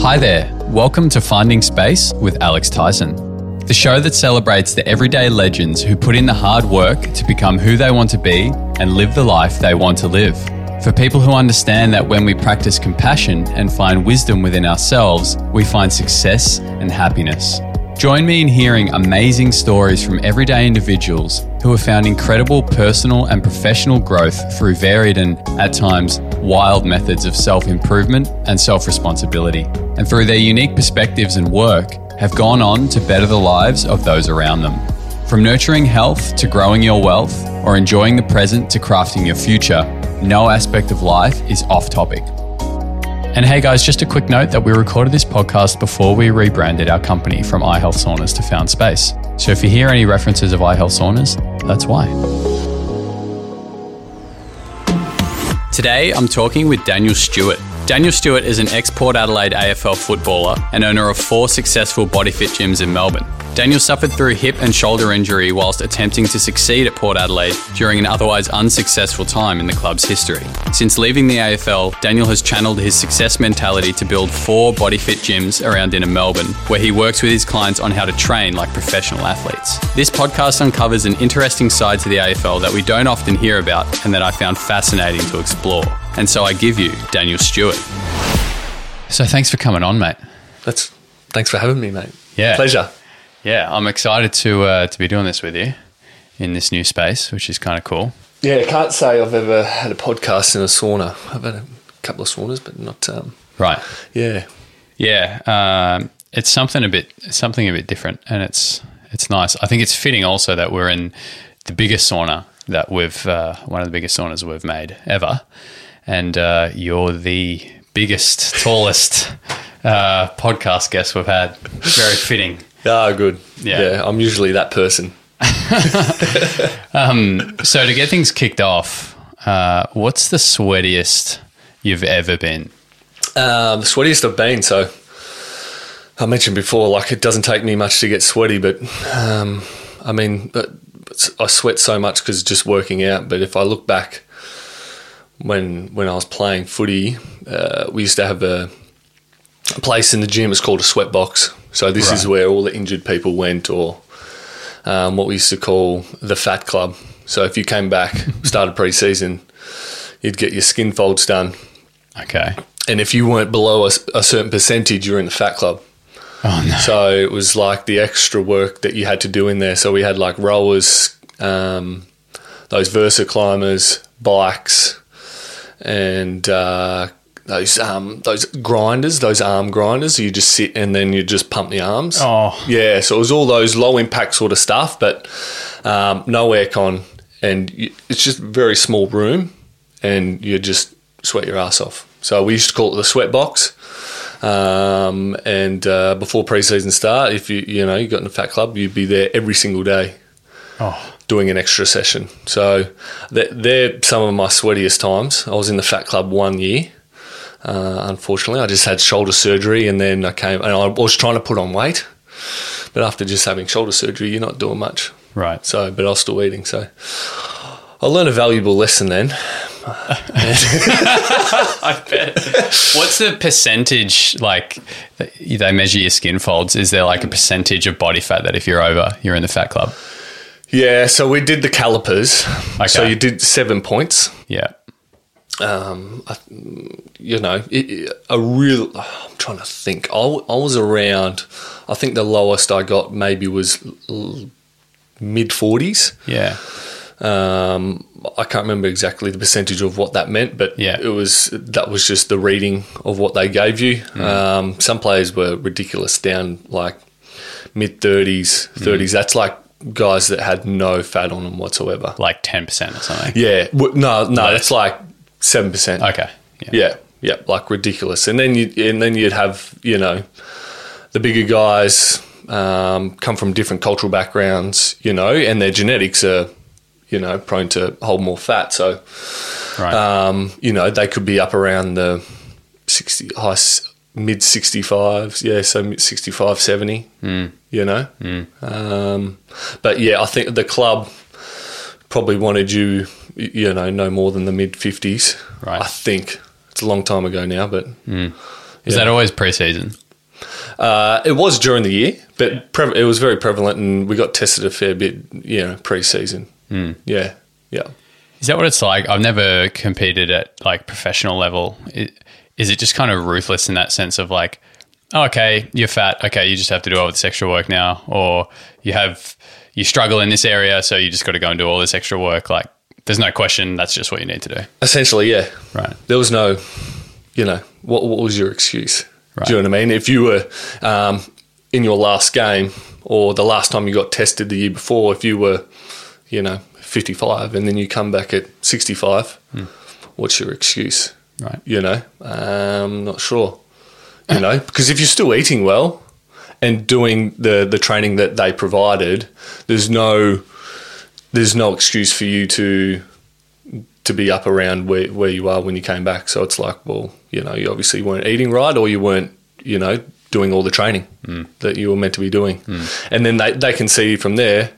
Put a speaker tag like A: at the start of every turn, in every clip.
A: Hi there. Welcome to Finding Space with Alex Tyson, the show that celebrates the everyday legends who put in the hard work to become who they want to be and live the life they want to live. For people who understand that when we practice compassion and find wisdom within ourselves, we find success and happiness. Join me in hearing amazing stories from everyday individuals who have found incredible personal and professional growth through varied and, at times, wild methods of self improvement and self responsibility. And through their unique perspectives and work, have gone on to better the lives of those around them. From nurturing health to growing your wealth, or enjoying the present to crafting your future, no aspect of life is off topic. And hey guys, just a quick note that we recorded this podcast before we rebranded our company from iHealth Saunas to Found Space. So if you hear any references of iHealth Saunas, that's why. Today, I'm talking with Daniel Stewart. Daniel Stewart is an ex Port Adelaide AFL footballer and owner of four successful body fit gyms in Melbourne. Daniel suffered through hip and shoulder injury whilst attempting to succeed at Port Adelaide during an otherwise unsuccessful time in the club's history. Since leaving the AFL, Daniel has channeled his success mentality to build four body fit gyms around inner Melbourne, where he works with his clients on how to train like professional athletes. This podcast uncovers an interesting side to the AFL that we don't often hear about and that I found fascinating to explore. And so I give you Daniel Stewart. So thanks for coming on, mate.
B: That's thanks for having me, mate.
A: Yeah.
B: pleasure.
A: Yeah, I'm excited to uh, to be doing this with you in this new space, which is kind of cool.
B: Yeah, I can't say I've ever had a podcast in a sauna. I've had a couple of saunas, but not. Um,
A: Right.
B: yeah,
A: Yeah, um, it's something a bit something a bit different, and it's it's nice. I think it's fitting also that we're in the biggest sauna that we've uh, one of the biggest saunas we've made ever, and uh, you're the biggest, tallest uh, podcast guest we've had. Very fitting.
B: ah, good.
A: Yeah.
B: I'm usually that person.
A: So to get things kicked off, uh, what's the sweatiest you've ever been?
B: Um, the sweatiest I've been. So I mentioned before, like it doesn't take me much to get sweaty, but um, I mean, but but I sweat so much because just working out. But if I look back when when I was playing footy, uh, we used to have a, a place in the gym. It's called a sweat box. So this is
A: Right.
B: where all the injured people went, or um, what we used to call the fat club. So if you came back, started pre-season, you'd get your skin folds done,
A: Okay.
B: and if you weren't below a, a certain percentage, you were in the fat club.
A: Oh no.
B: So it was like the extra work that you had to do in there. So we had like rollers, um, those Versa climbers, bikes, and uh, those um, those grinders, those arm grinders. You just sit and then you just pump the arms.
A: Oh.
B: yeah. So it was all those low impact sort of stuff, but um, no aircon, and you, it's just a very small room, and you just sweat your ass off. So we used to call it the sweat box. Um, and uh, before preseason start, if you you know you got in the fat club, you'd be there every single day
A: Oh.
B: doing an extra session. So th- they're some of my sweatiest times. I was in the fat club one year. Uh, unfortunately, I just had shoulder surgery, and then I came and I was trying to put on weight, but after just having shoulder surgery, you're not doing much.
A: Right.
B: So, but I was still eating. So I learned a valuable lesson then.
A: What's the percentage? Like th- they measure your skin folds. Is there like a percentage of body fat that if you're over, you're in the fat club?
B: Yeah, so we did the calipers. So
A: Okay.
B: you did seven points.
A: Yeah.
B: you know, it, it- a real. I'm trying to think. I, w- I was around. I think the lowest I got maybe was l- mid 40s.
A: Yeah.
B: Um, I can't remember exactly the percentage of what that meant, but
A: Yeah.
B: it was that was just the reading of what they gave you. Um, some players were ridiculous down like mid 30s, 30s. That's like guys that had no fat on them whatsoever.
A: Like ten percent or something.
B: Yeah, w- no, no, that's like seven percent.
A: Okay. Yeah.
B: Yeah, yeah, like ridiculous. And then you and then you'd have you know the bigger guys um, come from different cultural backgrounds, you know, and their genetics are you know prone to hold more fat. So
A: Right.
B: um, you know they could be up around the sixty high s- mid sixty fives. Yeah, so mid 65, 70, You know, um, but yeah, I think the club probably wanted you, y- you know, no more than the mid 50s.
A: Right.
B: I think it's a long time ago now, but
A: Is that always preseason?
B: Uh, it was during the year, but pre- it was very prevalent, and we got tested a fair bit, you know, pre-season. Yeah, yeah.
A: Is that what it's like? I've never competed at like professional level. I- Is it just kind of ruthless in that sense of like, oh, okay, you're fat. Okay, you just have to do all this extra work now, or you have you struggle in this area, so you just got to go and do all this extra work. Like, there's no question. That's just what you need to do.
B: Essentially, yeah.
A: Right.
B: There was no, you know, what what was your excuse?
A: Right.
B: Do you know what I mean? If you were um, in your last game or the last time you got tested the year before, if you were, you know, fifty-five, and then you come back at sixty-five, what's your excuse?
A: Right.
B: You know, um, not sure. You know, because if you're still eating well and doing the the training that they provided, there's no there's no excuse for you to to be up around where, where you are when you came back. So it's like, well, you know, you obviously weren't eating right or you weren't, you know, doing all the training
A: Mm.
B: that you were meant to be doing. And then they, they can see from there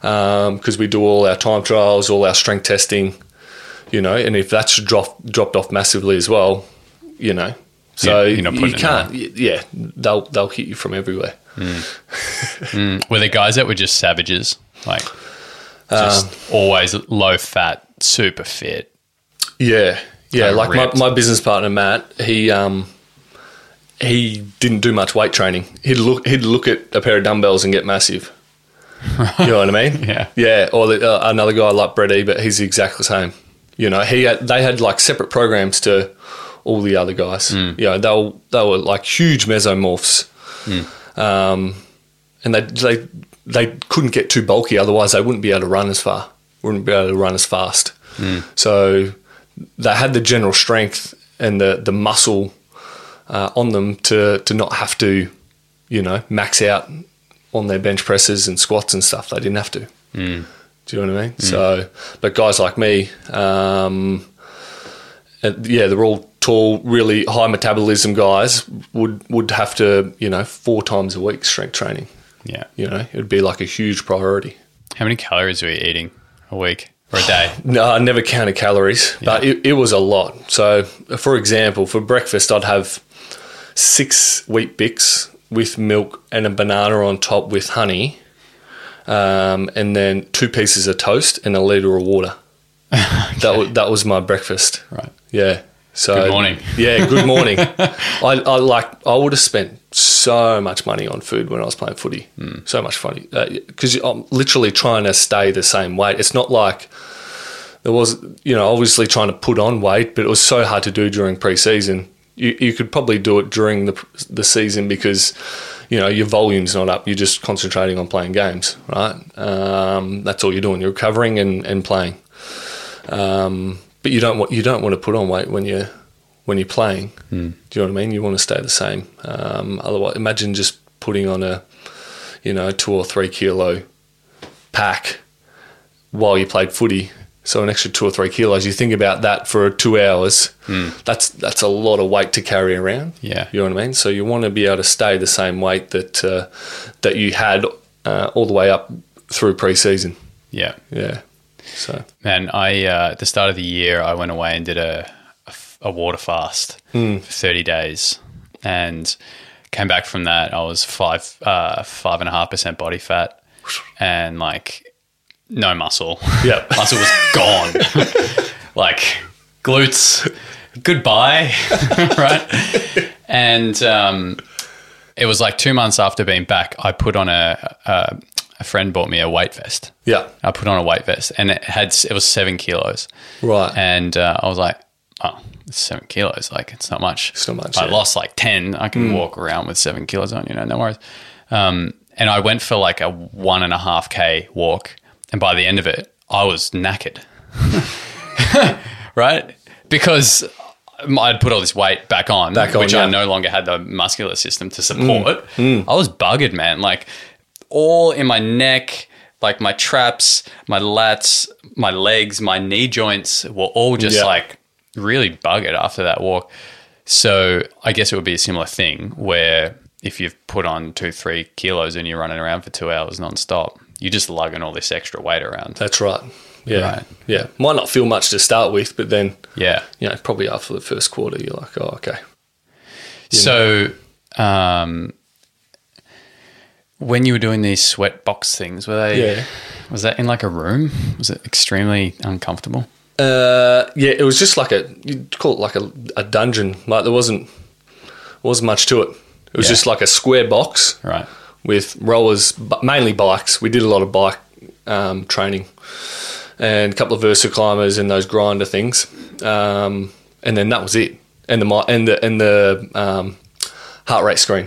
B: because we do all our time trials, all our strength testing, you know, and if that's drop, dropped off massively as well, you know, so
A: Yeah, you're not putting
B: you
A: it
B: can't, y- yeah, they'll, they'll hit you from everywhere.
A: Were there guys that were just savages, like just always low fat, super fit?
B: Yeah, yeah.
A: Kinda
B: Like my,
A: ripped.
B: my business partner Matt, he um, he didn't do much weight training. He'd look he'd look at a pair of dumbbells and get massive. you know what I mean?
A: Yeah.
B: yeah. Or the, uh, another guy like Brett E, but he's the exact same. You know, he had, they had like separate programs to all the other guys. You know, they were, they were like huge mesomorphs, um, and they they they couldn't get too bulky, otherwise they wouldn't be able to run as far, wouldn't be able to run as fast. So they had the general strength and the the muscle uh, on them to to not have to, you know, max out on their bench presses and squats and stuff. They didn't have to. Do you know what I mean? So, but guys like me, um, uh, yeah, they're all tall, really high metabolism guys. Would would have to, you know, four times a week strength training.
A: Yeah.
B: You know, it'd be like a huge priority.
A: How many calories were you eating a week or a day?
B: No, I never counted calories, but it, it was a lot. So, for example, for breakfast, I'd have six wheat bix with milk and a banana on top with honey, um, and then two pieces of toast and a liter of water. That was that was my breakfast.
A: Right.
B: Yeah. So
A: Good morning.
B: Yeah. Good morning. I, I like. I would have spent so much money on food when I was playing footy.
A: Hmm.
B: So much funny because I'm literally trying to stay the same weight. It's not like there was, you know, obviously trying to put on weight, but it was so hard to do during pre-season. You, you could probably do it during the the season because, you know, your volume's not up. You're just concentrating on playing games, right? Um, that's all you're doing. You're recovering and, and playing. Um, but you don't want you don't want to put on weight when you're when you're playing.
A: Hmm.
B: Do you know what I mean? You want to stay the same. Um, otherwise, imagine just putting on a you know two or three kilo pack while you played footy. So an extra two or three kilos. You think about that for two hours. That's that's a lot of weight to carry around.
A: Hmm. Yeah.
B: you know what I mean. So you want to be able to stay the same weight that uh, that you had uh, all the way up through pre-season.
A: Yeah.
B: Yeah. So
A: Man, I uh, at the start of the year, I went away and did a a f- a water fast for thirty days, and came back from that. I was five uh, five and a half percent body fat, and like no muscle.
B: yeah.
A: muscle was gone. like glutes, goodbye, right? And um, it was like two months after being back, I put on a a, a friend bought me a weight vest.
B: Yeah.
A: I put on a weight vest and it had it was seven kilos,
B: Right.
A: and uh, I was like, oh, it's seven kilos, like it's not much.
B: It's not much,
A: If I
B: yeah. Hmm.
A: lost like ten. I can walk around with seven kilos on, you know, no worries. Um, and I went for like a one and a half k walk, and by the end of it, I was knackered, right? Because I'd put all this weight back on,
B: Back on,
A: which I
B: yeah. Hmm.
A: no longer had the muscular system to support. I was buggered, man. Like all in my neck, like my traps, my lats, my legs, my knee joints were all just
B: Yeah.
A: like really buggered after that walk. So I guess it would be a similar thing where if you've put on two, three kilos and you're running around for two hours nonstop, you're just lugging all this extra weight around.
B: That's right. Yeah.
A: Right.
B: Yeah. Might not feel much to start with, but then,
A: Yeah.
B: you know, probably after the first quarter, you're like, oh, okay.
A: So, um, when you were doing these sweat box things, were they?
B: Yeah.
A: Was that in like a room? Was it extremely uncomfortable?
B: Uh, yeah, it was just like a you'd call it like a, a dungeon. Like there wasn't wasn't much to it. It was
A: Yeah.
B: just like a square box
A: Right.
B: with rollers, but mainly bikes. We did a lot of bike um, training and a couple of versa climbers and those grinder things, um, and then that was it. And the mi- and the and the um, heart rate screen.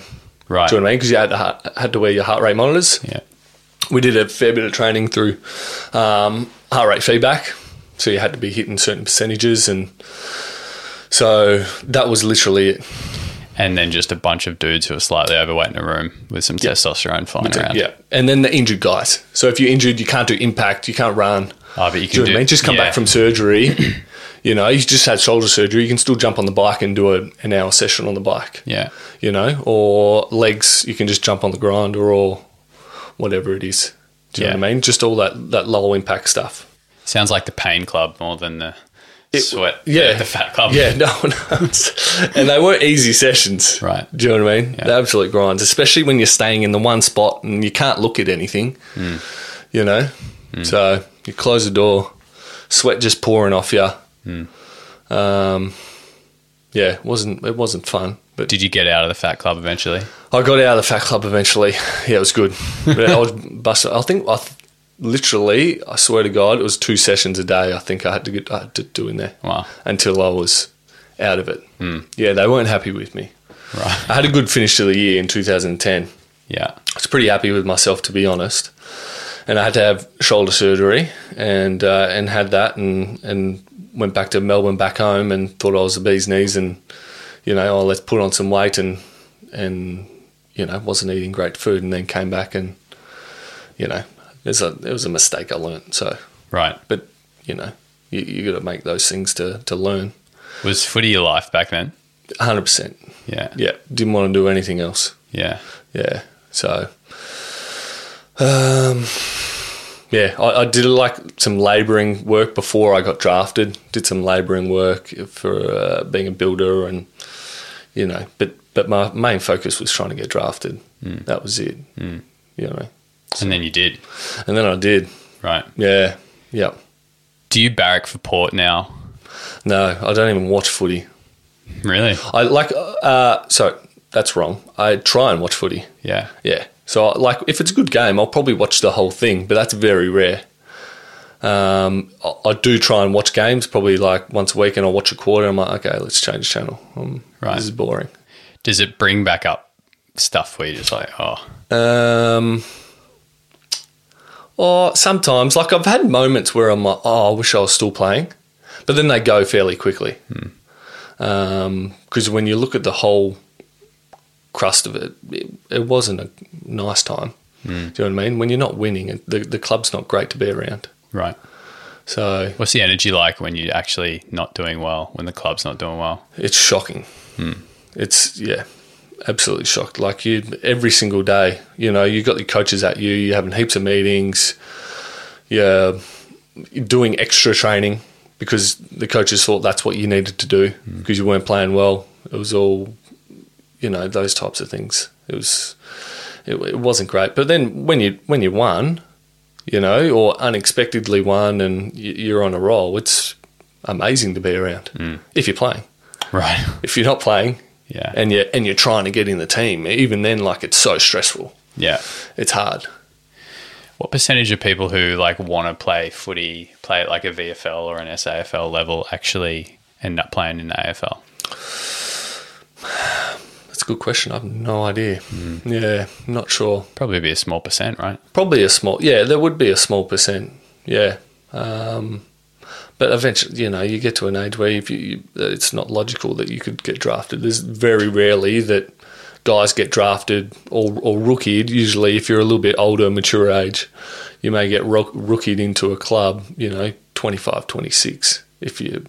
A: Right.
B: Do you know what I mean? Because you had to, ha- had to wear your heart rate monitors
A: Yeah.
B: we did a fair bit of training through um, heart rate feedback. So you had to be hitting certain percentages, and so that was literally it.
A: And then just a bunch of dudes who are slightly overweight in a room with some testosterone flying around.
B: Yeah, and then the injured guys. So if you're injured, you can't do impact, you can't run.
A: Oh, but you
B: Do you
A: can
B: know
A: do,
B: what I mean? Just come
A: yeah.
B: back from surgery. You know, you just had shoulder surgery. You can still jump on the bike and do a, an hour session on the bike.
A: Yeah.
B: You know, or legs. You can just jump on the grinder or whatever it is. Do you know
A: Yeah.
B: what I mean? Just all that that low impact stuff.
A: Sounds like the pain club more than the sweat.
B: yeah.
A: The, the fat club.
B: Yeah, no, no. It's- and they weren't easy sessions.
A: Right.
B: Do you know what I mean? They're absolute grinds, especially when you're staying in the one spot and you can't look at anything,
A: Hmm.
B: you know? So you close the door, sweat just pouring off you.
A: Hmm.
B: Um, yeah, it wasn't, it wasn't fun. But
A: Did you get out of the fat club eventually?
B: I got out of the fat club eventually. Yeah, it was good. But I was busted. I think I th- literally, I swear to God, it was two sessions a day. I think I had to get I had to do in there
A: Wow.
B: until I was out of it. Mm. Yeah, they weren't happy with me.
A: Right.
B: I had a good finish to the year in 2010.
A: Yeah.
B: I was pretty happy with myself, to be honest. And I had to have shoulder surgery and uh, and had that and and went back to Melbourne, back home, and thought I was the bee's knees. And you know, oh, let's put on some weight and and you know, wasn't eating great food. And then came back and you know, it was a it was a mistake I learnt. So,
A: Right.
B: but you know, you, you got to make those things to to learn.
A: Was footy your life back then?
B: Hundred percent.
A: Yeah.
B: Yeah, didn't want to do anything else.
A: Yeah.
B: Yeah. So, um, yeah, I, I did like some labouring work before I got drafted. Did some labouring work for uh, being a builder, and you know, but but my main focus was trying to get drafted. That was it. Mm. You know,
A: And then you did.
B: and then I did.
A: Right.
B: Yeah. Yeah.
A: Do you barrack for port now?
B: No, I don't even watch footy.
A: Really?
B: I like. Uh, so that's wrong. I try and watch footy.
A: Yeah.
B: Yeah. So, like, if it's a good game, I'll probably watch the whole thing, but that's very rare. Um, I, I do try and watch games probably like once a week, and I'll watch a quarter. I'm like, okay, let's change channel. Um,
A: Right.
B: This is boring.
A: Does it bring back up stuff where you're just like, oh,
B: Um, or sometimes, like, I've had moments where I'm like, oh, I wish I was still playing, but then they go fairly quickly. Because when you look at the whole crust of it, it, it wasn't a nice time. Do you know what I mean? When you're not winning, it- the, the club's not great to be around.
A: right.
B: So
A: What's the energy like when you're actually not doing well, when the club's not doing well?
B: it's shocking. It's, yeah, absolutely shocked. Like, you, every single day, you know, you've got your coaches at you, you're having heaps of meetings, you're doing extra training because the coaches thought that's what you needed to do because you weren't playing well. It was all, you know, those types of things. It was, it, it wasn't great. But then when you when you won, you know, or unexpectedly won, and you, you're on a roll, it's amazing to be around if you're playing.
A: Right.
B: If you're not playing,
A: Yeah.
B: and you and you're trying to get in the team, even then, like it's so stressful.
A: yeah.
B: It's hard.
A: What percentage of people who like want to play footy, play at like a VFL or an SAFL level, actually end up playing in the AFL?
B: That's a good question. I've no idea. Yeah, not sure.
A: Probably be a small percent, right?
B: Probably a small, yeah, there would be a small percent, yeah. Um, but eventually, you know, you get to an age where if you, you, it's not logical that you could get drafted. There's very rarely that guys get drafted or, or rookied. Usually, if you're a little bit older, mature age, you may get rook, rookied into a club, you know, 25, 26. If you,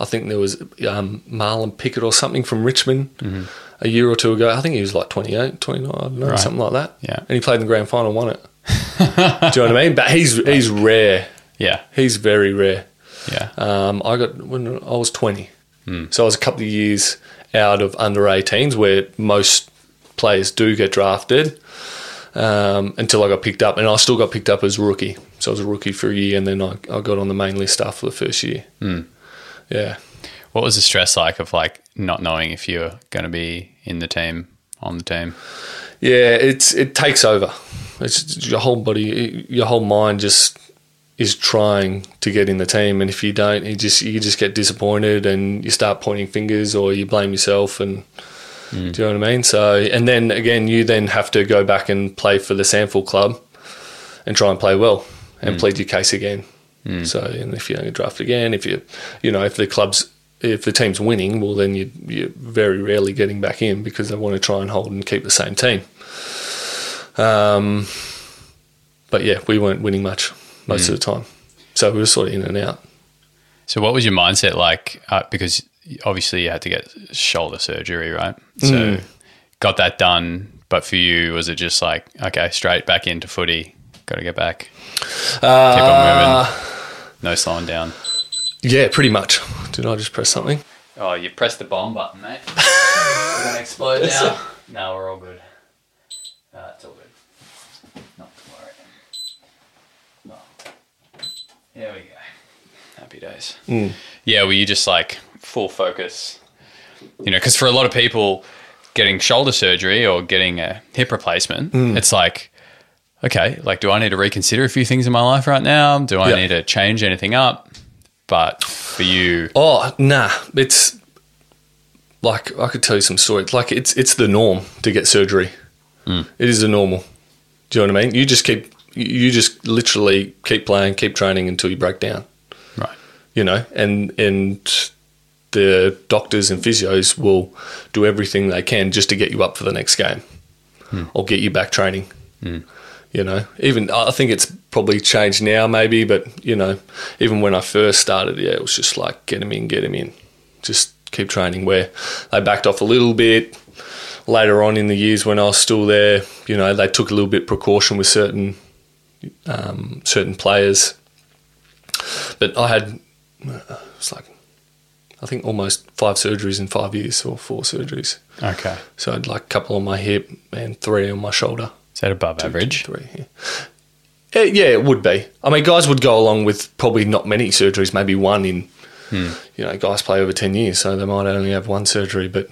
B: I think there was um, Marlon Pickett or something from Richmond a year or two ago. I think he was like 28, 29, I don't know,
A: Mm-hmm. Right.
B: something like that.
A: Yeah.
B: And he played in the grand final and won it. Do you know what I mean? But he's he's rare.
A: Yeah.
B: He's very rare.
A: Yeah.
B: Um, I got when I was twenty, so I was a couple of years out of under 18s, where most players do get drafted. Um, until I got picked up, and I still got picked up as rookie. So I was a rookie for a year, and then I, I got on the main list after the first year. Mm. Yeah.
A: What was the stress like of like not knowing if you were going to be in the team on the team?
B: Yeah, it's it takes over. It's your whole body, your whole mind just is trying to get in the team, and if you don't, you just you just get disappointed, and you start pointing fingers, or you blame yourself, and mm. do you know what I mean? So, and then again, you then have to go back and play for the Sandford club, and try and play well, and mm. plead your case again. Mm. So, and if you don't get drafted again, if you, you know, if the club's if the team's winning, well, then you, you're very rarely getting back in because they want to try and hold and keep the same team. Um, but yeah, we weren't winning much most mm. of the time. So we were sort of in and out.
A: So, what was your mindset like? Uh, because obviously you had to get shoulder surgery, right? So, mm. got that done. But for you, was it just like, okay, straight back into footy? Got to get back. Uh, Keep on moving. No slowing down.
B: Yeah, pretty much. Did I just press something?
A: Oh, you pressed the bomb button, mate. we're gonna explode now. No, we're all good. No, it's all good. Not to worry. No. There we go. Happy days.
B: Mm.
A: Yeah, were you just like full focus? You know, because for a lot of people, getting shoulder surgery or getting a hip replacement, mm. it's like okay, like do I need to reconsider a few things in my life right now? Do I yeah. need to change anything up? but for you
B: oh nah it's like i could tell you some stories like it's it's the norm to get surgery
A: mm.
B: it is the normal do you know what i mean you just keep you just literally keep playing keep training until you break down
A: right
B: you know and and the doctors and physios will do everything they can just to get you up for the next game
A: mm.
B: or get you back training
A: mm
B: you know even i think it's probably changed now maybe but you know even when i first started yeah it was just like get him in get him in just keep training where they backed off a little bit later on in the years when i was still there you know they took a little bit precaution with certain um, certain players but i had it's like I think almost five surgeries in five years, or four surgeries.
A: Okay.
B: So I had like a couple on my hip and three on my shoulder.
A: Is that above two, average?
B: Two, three. Yeah. yeah. it would be. I mean, guys would go along with probably not many surgeries, maybe one in,
A: hmm.
B: you know, guys play over 10 years, so they might only have one surgery. But,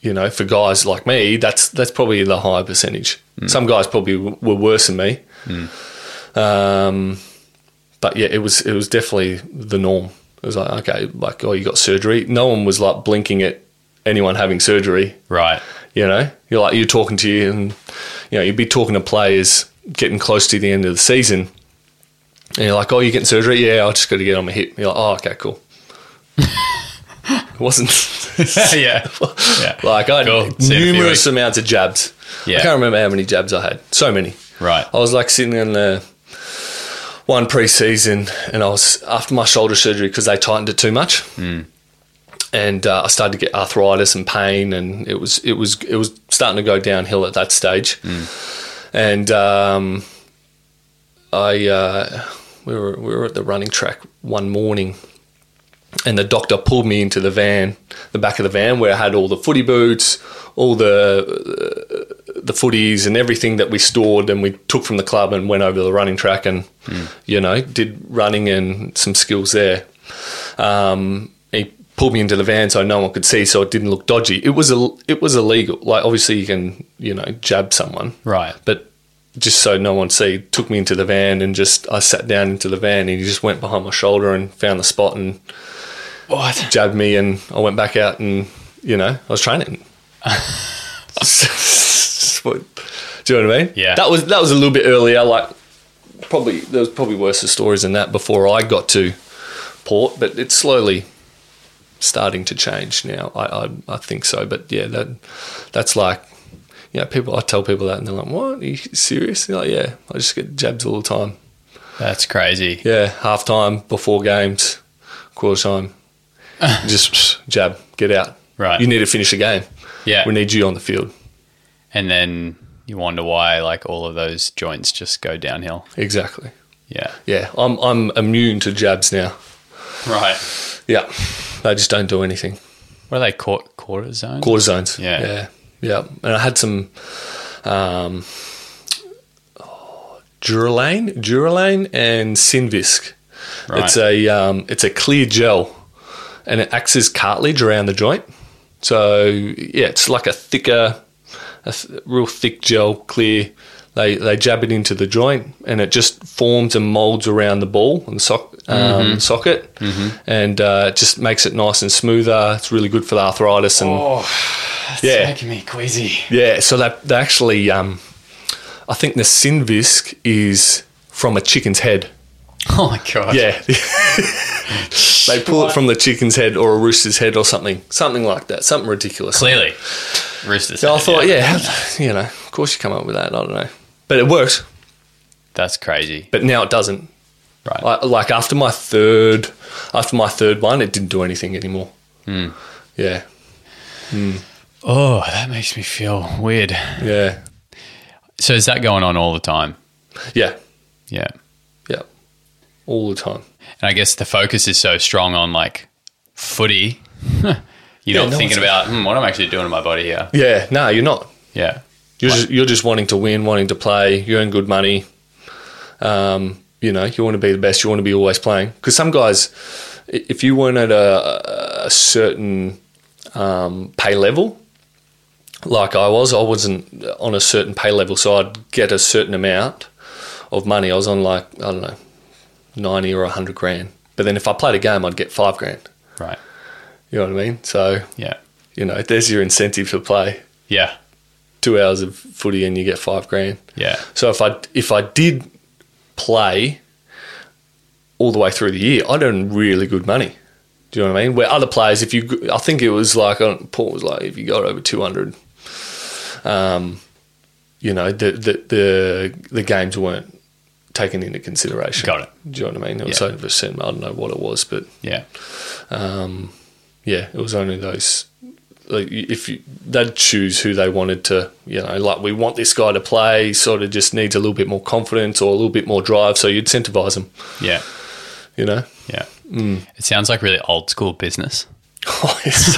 B: you know, for guys like me, that's that's probably the high percentage. Hmm. Some guys probably w- were worse than me.
A: Hmm.
B: Um, but yeah, it was it was definitely the norm. It was like, okay, like, oh, you got surgery. No one was like blinking at anyone having surgery.
A: Right.
B: You know, you're like, you're talking to you and, you know, you'd be talking to players getting close to the end of the season, and you're like, "Oh, you're getting surgery? Yeah, I just got to get on my hip." You're like, "Oh, okay, cool." it wasn't,
A: yeah. yeah,
B: like I had
A: cool.
B: numerous amounts of jabs.
A: eh? Yeah.
B: I can't remember Oh. how many jabs I had. So many.
A: Right.
B: I was like sitting in the one preseason, and I was after my shoulder surgery because they tightened it too much.
A: Mm
B: and uh, I started to get arthritis and pain, and it was it was it was starting to go downhill at that stage.
A: Mm.
B: And um, I uh, we were we were at the running track one morning, and the doctor pulled me into the van, the back of the van where I had all the footy boots, all the uh, the footies and everything that we stored and we took from the club and went over the running track and
A: mm.
B: you know did running and some skills there. Um, he pulled me into the van so no one could see, so it didn't look dodgy. It was a, it was illegal. Like obviously you can you know jab someone,
A: right?
B: But just so no one see, took me into the van and just I sat down into the van and he just went behind my shoulder and found the spot and
A: what
B: jabbed me and I went back out and you know I was training. Do you know what I mean?
A: Yeah.
B: That was that was a little bit earlier. Like probably there was probably worse stories than that before I got to port, but it's slowly starting to change now. I, I, I, think so, but yeah, that that's like you know, people. I tell people that, and they're like, "What? Are you serious?" They're like, yeah, I just get jabs all the time.
A: That's crazy.
B: Yeah, half time, before games, quarter time, just jab, get out.
A: Right.
B: You need to finish a game.
A: Yeah.
B: We need you on the field.
A: And then you wonder why, like, all of those joints just go downhill.
B: Exactly.
A: Yeah.
B: Yeah, I'm I'm immune to jabs now.
A: Right.
B: Yeah, they just don't do anything.
A: What are they caught quarter zone?
B: quarter zones.
A: Yeah.
B: yeah, yeah. And I had some um, Duralane, Duralane, and Synvisc.
A: Right.
B: It's a um, it's a clear gel, and it acts as cartilage around the joint. So yeah, it's like a thicker, a th- real thick gel, clear. They they jab it into the joint, and it just forms and molds around the ball and soc- um,
A: Mm-hmm.
B: socket, and uh, it just makes it nice and smoother. It's really good for the arthritis
A: Oh,
B: and yeah.
A: making me queasy.
B: yeah, so that they actually, um, I think the synvisc is from a chicken's head.
A: Oh my god.
B: Yeah, they pull it from the chicken's head or a rooster's head or something, something like that, something ridiculous.
A: Clearly. Roosters.
B: So I
A: head,
B: thought, yeah, how- you know, of course you come up with that. I don't know, but it worked.
A: That's crazy.
B: But now it doesn't.
A: Right.
B: Like, like after my third, after my third one, it didn't do anything anymore. Yeah,
A: oh, that makes me feel weird.
B: yeah,
A: So is that going on all the time?
B: yeah,
A: Yeah.
B: yeah, all the time.
A: And I guess the focus is so strong on like footy. You're not
B: no
A: thinking
B: one's-
A: about hmm, what I'm actually doing to my body here.
B: Yeah, no, you're not.
A: Yeah.
B: You're just, you're just wanting to win, wanting to play. You earn good money. Um, you know, you want to be the best. You want to be always playing. Because some guys, i- if you weren't at a, a certain um, pay level, like I was, I wasn't on a certain pay level, so I'd get a certain amount of money. I was on like I don't know, ninety or hundred grand. But then if I played a game, I'd get five grand.
A: Right.
B: You know what I mean? So
A: Yeah.
B: you know, there's your incentive to play
A: Yeah.
B: two hours of footy and you get five grand.
A: Yeah.
B: So if I if I did play all the way through the year, I'd earn really good money. Do you know what I mean? Where other players, if you, I think it was like on Paul was like, if you got over two hundred, um, you know the, the the the games weren't taken into consideration.
A: Got it.
B: Do you know what I mean? It was
A: Yeah.
B: only for certain. I don't know what it was, but
A: Yeah.
B: um, yeah, it was only those. Like if you, they'd choose who they wanted to, you know, like we want this guy to play, sort of just needs a little bit more confidence or a little bit more drive, so you incentivise them,
A: Yeah.
B: you know.
A: Yeah.
B: Mm.
A: It sounds like really old school business.
B: Oh, it's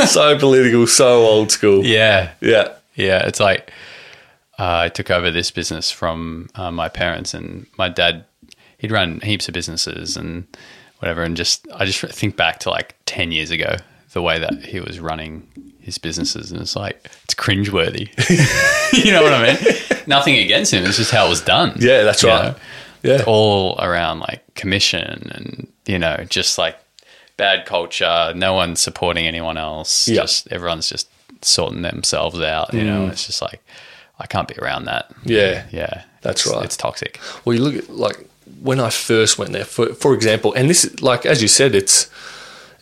B: so, so political, so old school.
A: Yeah.
B: yeah,
A: Yeah, it's like uh, I took over this business from uh, my parents, and my dad he'd run heaps of businesses and whatever, and just I just think back to like ten years ago the way that he was running his businesses, and it's like it's cringeworthy. you know what I mean? Nothing against him; it's just how it was done.
B: Yeah, that's
A: you
B: right. yeah.
A: all around like commission and you know just like bad culture no one supporting anyone else
B: Yeah. Mm.
A: just everyone's just sorting themselves out you know it's just like i can't be around that
B: yeah,
A: yeah
B: That's
A: It's-
B: right.
A: it's toxic
B: Well, you look at like when I first went there, for for example, and this is like as you said, it's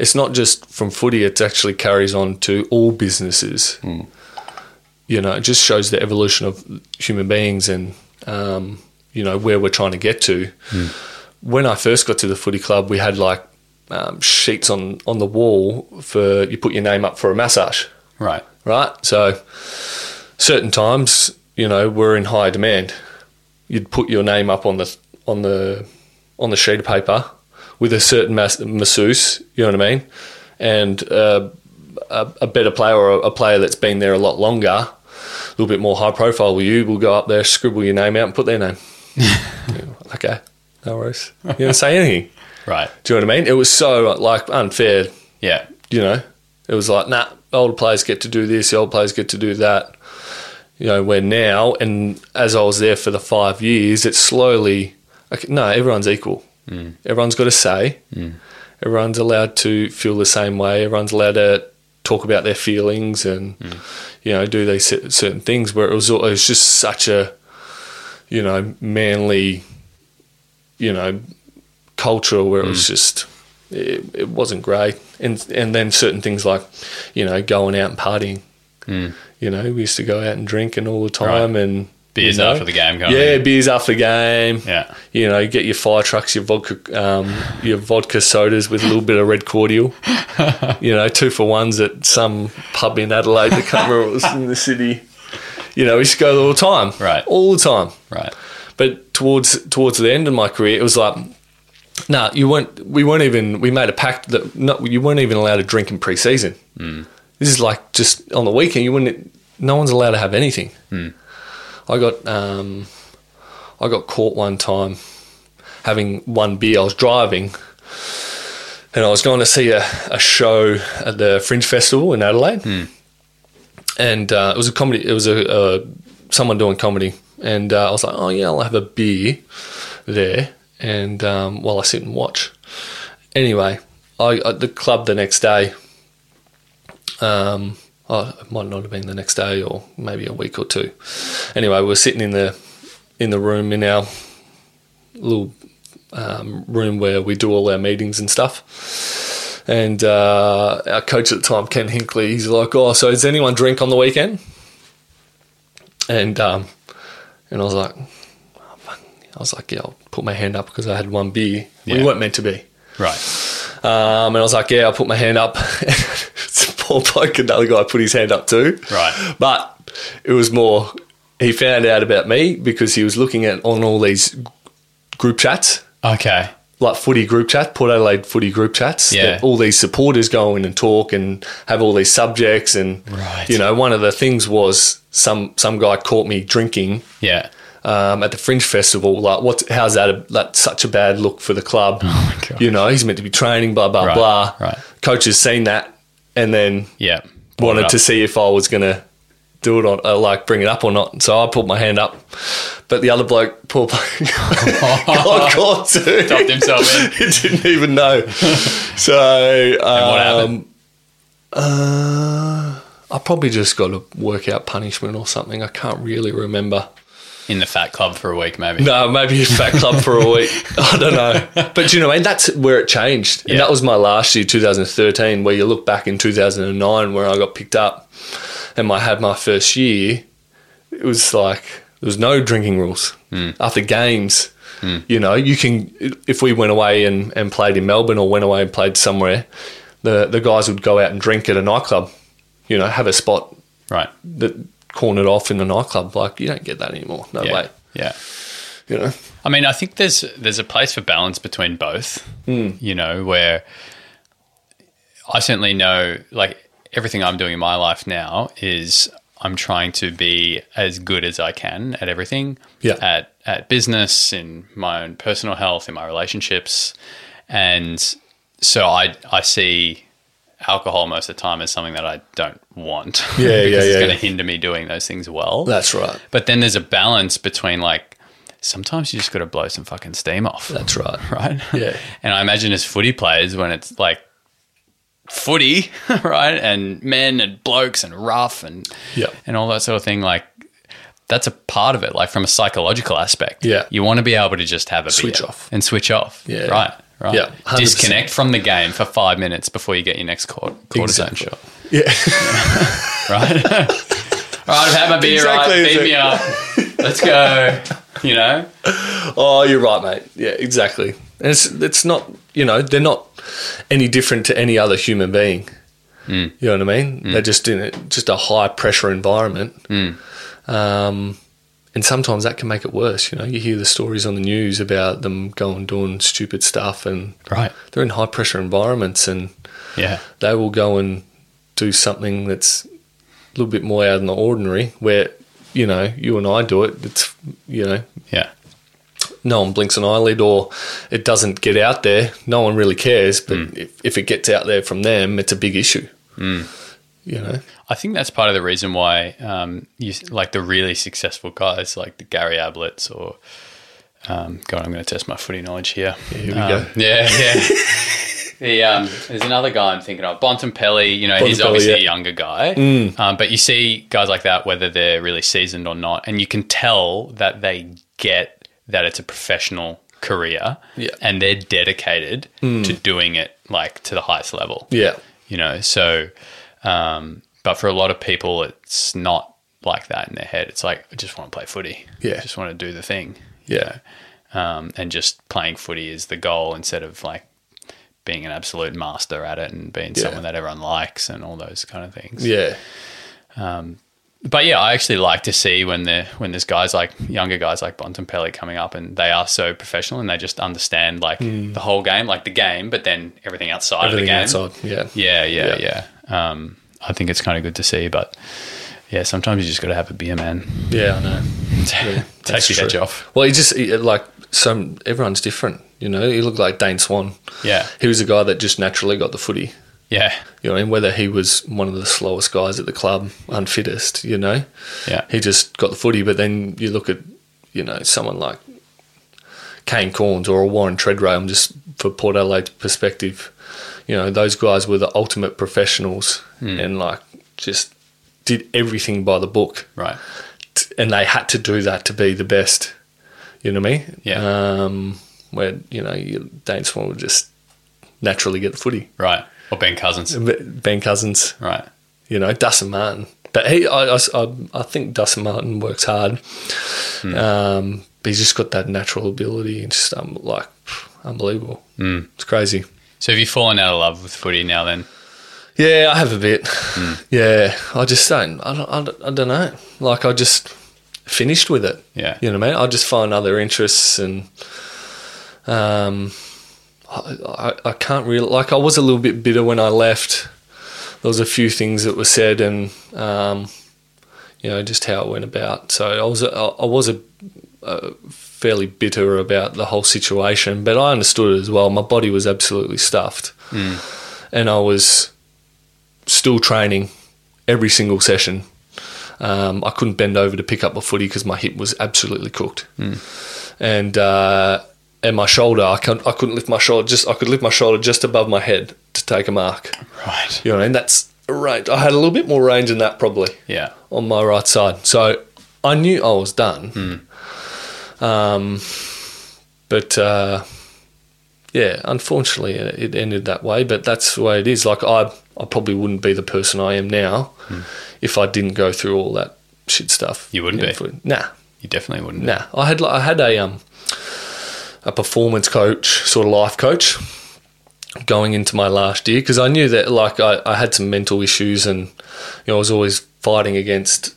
B: it's not just from footy; it actually carries on to all businesses. You know, it just shows the evolution of human beings and um, you know where we're trying to get to. When I first got to the footy club, we had like um, sheets on on the wall for you put your name up for a massage
A: right
B: right? So certain times, you know, we're in high demand. You'd put your name up on the on the on the sheet of paper with a certain mas- masseuse, you know what I mean, and uh, a, a better player or a, a player that's been there a lot longer, a little bit more high profile. With you will go up there, scribble your name out, and put their name. Yeah, okay, no worries. You don't say anything.
A: right
B: Do you know what I mean? It was so like unfair
A: yeah
B: you know, it was like, nah, older players get to do this, the old players get to do that. You know, where now, and as I was there for the five years, it's slowly, okay, no, everyone's equal. Mm. Everyone's got a say.
A: Mm.
B: Everyone's allowed to feel the same way. Everyone's allowed to talk about their feelings and,
A: Mm.
B: you know, do these cer- certain things where it was, all, it was just such a, you know, manly, you know, culture where it was
A: Mm.
B: just it, it wasn't great and and then certain things like you know going out and partying
A: Mm.
B: you know we used to go out and drinking all the time and
A: Beers
B: you know,
A: after the game kind of
B: yeah
A: thing.
B: beers after the game
A: Yeah.
B: you know get your fire trucks your vodka um, your vodka sodas with a little bit of red cordial you know two for ones at some pub in Adelaide I can't remember it was in the city you know we used to go all the time
A: Right.
B: all the time
A: right
B: but towards towards the end of my career, it was like No, you weren't. We weren't even. We made a pact that not you weren't even allowed to drink in pre-season. Mm. This is like just on the weekend. You wouldn't. No one's allowed to have anything.
A: Mm.
B: I got. Um, I got caught one time having one beer. I was driving, and I was going to see a, a show at the Fringe Festival in Adelaide, and uh, it was a comedy. It was a, a someone doing comedy, and uh, I was like, "Oh yeah, I'll have a beer there," and um, while I sit and watch. Anyway, I at the club the next day. Um, oh, it might not have been the next day, or maybe a week or two. Anyway, we were sitting in the in the room in our little um, room where we do all our meetings and stuff. And uh, our coach at the time, Ken Hinkley, he's like, "Oh, so does anyone drink on the weekend?" And um, and I was like, oh, fuck. I was like, "Yeah, I'll put my hand up because I had one beer.
A: Yeah.
B: We weren't meant to be."
A: Right.
B: Um, and I was like, "Yeah, I'll put my hand up." It's a Poor bloke, another guy put his hand up too.
A: Right.
B: but it was more. He found out about me because he was looking at on all these group chats
A: Okay.
B: like footy group chat, Port Adelaide footy group chats.
A: Yeah.
B: that all these supporters go in and talk and have all these subjects. And
A: Right.
B: you know, one of the things was some some guy caught me drinking
A: Yeah.
B: um, at the Fringe Festival. Like, what's how's that? A, that's such a bad look for the club.
A: Oh my God.
B: You know, he's meant to be training, blah blah
A: Right,
B: blah.
A: right.
B: Coach has seen that and then
A: Yeah.
B: wanted
A: up.
B: to see if I was gonna. Do it on, uh, like bring it up or not. So I put my hand up, but the other bloke, poor bloke, got caught too.
A: Stopped himself in.
B: he didn't even know. so um,
A: happened?
B: Uh, I probably just got to work out punishment or something. I can't really remember.
A: in the fat club for a week, maybe.
B: No, maybe a fat club for a week. I don't know. But you know, and that's where it changed.
A: Yeah.
B: And that was my last year, 2013, where you look back in 2009 where I got picked up and I had my first year. It was like there was no drinking rules
A: Hmm.
B: after games. You know, you can if we went away and, and played in Melbourne or went away and played somewhere, the the guys would go out and drink at a nightclub. You know, have a spot
A: Right.
B: that cornered off in the nightclub. Like you don't get that anymore. No
A: Yeah.
B: way.
A: Yeah.
B: You know.
A: I mean, I think there's there's a place for balance between both.
B: Hmm.
A: You know, where I certainly know, like everything I'm doing in my life now is I'm trying to be as good as I can at everything.
B: Yeah.
A: At at business, in my own personal health, in my relationships, and so I I see alcohol most of the time as something that I don't want.
B: Yeah,
A: because
B: yeah,
A: It's
B: yeah,
A: going to
B: yeah.
A: hinder me doing those things well.
B: That's right.
A: But then there's a balance between like sometimes you just got to blow some fucking steam off,
B: That's right.
A: right?
B: Yeah.
A: And I imagine as footy players, when it's like footy, right, and men and blokes and rough and
B: Yeah.
A: and all that sort of thing, like that's a part of it. Like from a psychological aspect,
B: Yeah.
A: you want to be able to just have a
B: Switch
A: beer
B: off.
A: and switch off,
B: Yeah.
A: right. Right.
B: Yeah, 100%.
A: Disconnect from the game for five minutes before you get your next court, cortisone
B: Exactly.
A: shot.
B: Yeah.
A: right? All right, I've had my beer.
B: Exactly,
A: right,
B: is
A: beat
B: it?
A: me up. Let's go. You know,
B: oh, you're right, mate. Yeah, exactly. And it's it's not you know they're not any different to any other human being. You know what I mean? They're just in a, just a high pressure environment. Um, and sometimes that can make it worse. You know, you hear the stories on the news about them going doing stupid stuff, and
A: right?
B: they're in high pressure environments, and
A: Yeah,
B: they will go and do something that's a little bit more out in the ordinary. Where you know you and I do it. It's you know
A: yeah,
B: no one blinks an eyelid or it doesn't get out there, no one really cares. But
A: Hmm.
B: if, if it gets out there from them, it's a big issue. You know?
A: I think that's part of the reason why um, you like the really successful guys, like the Gary Ablett's or. Um, God, I'm going to test my footy knowledge here. Yeah,
B: here we
A: um,
B: go.
A: Yeah, yeah. the, um, there's another guy I'm thinking of, Bontempelli. You know, he's
B: Bontempelli,
A: obviously
B: yeah. Mm.
A: a younger guy, um, but you see guys like that, whether they're really seasoned or not, and you can tell that they get that it's a professional career,
B: Yeah. Mm.
A: and they're dedicated to doing it like to the highest level
B: Yeah.
A: you know so um, but for a lot of people it's not like that in their head it's like i just want to play footy
B: Yeah.
A: just want to do the thing
B: Yeah.
A: um, and just playing footy is the goal instead of like being an absolute master at it and being someone that everyone likes and all those kind of things
B: Yeah.
A: But yeah, I actually like to see when there when there's guys like younger guys like Bontempelli coming up, and they are so professional and they just understand like the whole game, like the game, but then everything outside
B: Hmm. Everything
A: of the game.
B: outside,
A: Yeah,
B: yeah.
A: yeah, yeah. Um, I think it's kind of good to see, but yeah, sometimes you just got to have a beer, man.
B: Yeah, I know.
A: Take
B: That's
A: your edge
B: true.
A: off.
B: Well, he just he, like some everyone's different. You know, he looked like Dane Swan.
A: Yeah.
B: he was a guy that just naturally got the footy.
A: Yeah,
B: You know, and whether he was one of the slowest guys at the club, unfittest, you know,
A: yeah,
B: he just got the footy. But then you look at, you know, someone like Kane Corns or a Warren Treadray, just for Port Adelaide perspective, you know, those guys were the ultimate professionals and like just did everything by the book
A: right.
B: t- and they had to do that to be the best. You know what I mean?
A: Yeah.
B: Um, where you know you, Dane Swan would just naturally get the footy.
A: Right. Or Ben Cousins.
B: Ben Cousins,
A: Right.
B: you know Dustin Martin, but he I, I, I think Dustin Martin works hard. Um, but he's just got that natural ability and just um, like unbelievable. Mm. It's crazy.
A: So have you fallen out of love with footy now then?
B: Yeah, I have a bit. Yeah, I just don't. I don't. I don't, I don't know. Like I just finished with it.
A: Yeah.
B: You know what I mean? I just find other interests and um, I, I, I can't really, like, I was a little bit bitter when I left. There was a few things that were said and, um, you know, just how it went about. So I was, I, I was a, a fairly bitter about the whole situation, but I understood it as well. My body was absolutely stuffed and I was still training every single session. Um, I couldn't bend over to pick up a footy because my hip was absolutely cooked, and uh, and my shoulder I couldn't I couldn't lift my shoulder just I could lift my shoulder just above my head to take a mark.
A: Right.
B: You know, and that's right. I had a little bit more range than that probably
A: Yeah.
B: on my right side, so I knew I was done.
A: Hmm.
B: Um, but uh, yeah, unfortunately, it it ended that way. But that's the way it is. Like I, I probably wouldn't be the person I am now if I didn't go through all that shit stuff.
A: Hmm. You wouldn't
B: Yeah,
A: be.
B: for- Nah,
A: You definitely wouldn't.
B: nah. I had like, I had a um a performance coach, sort of life coach, going into my last year because I knew that like I, I had some mental issues and you know I was always fighting against.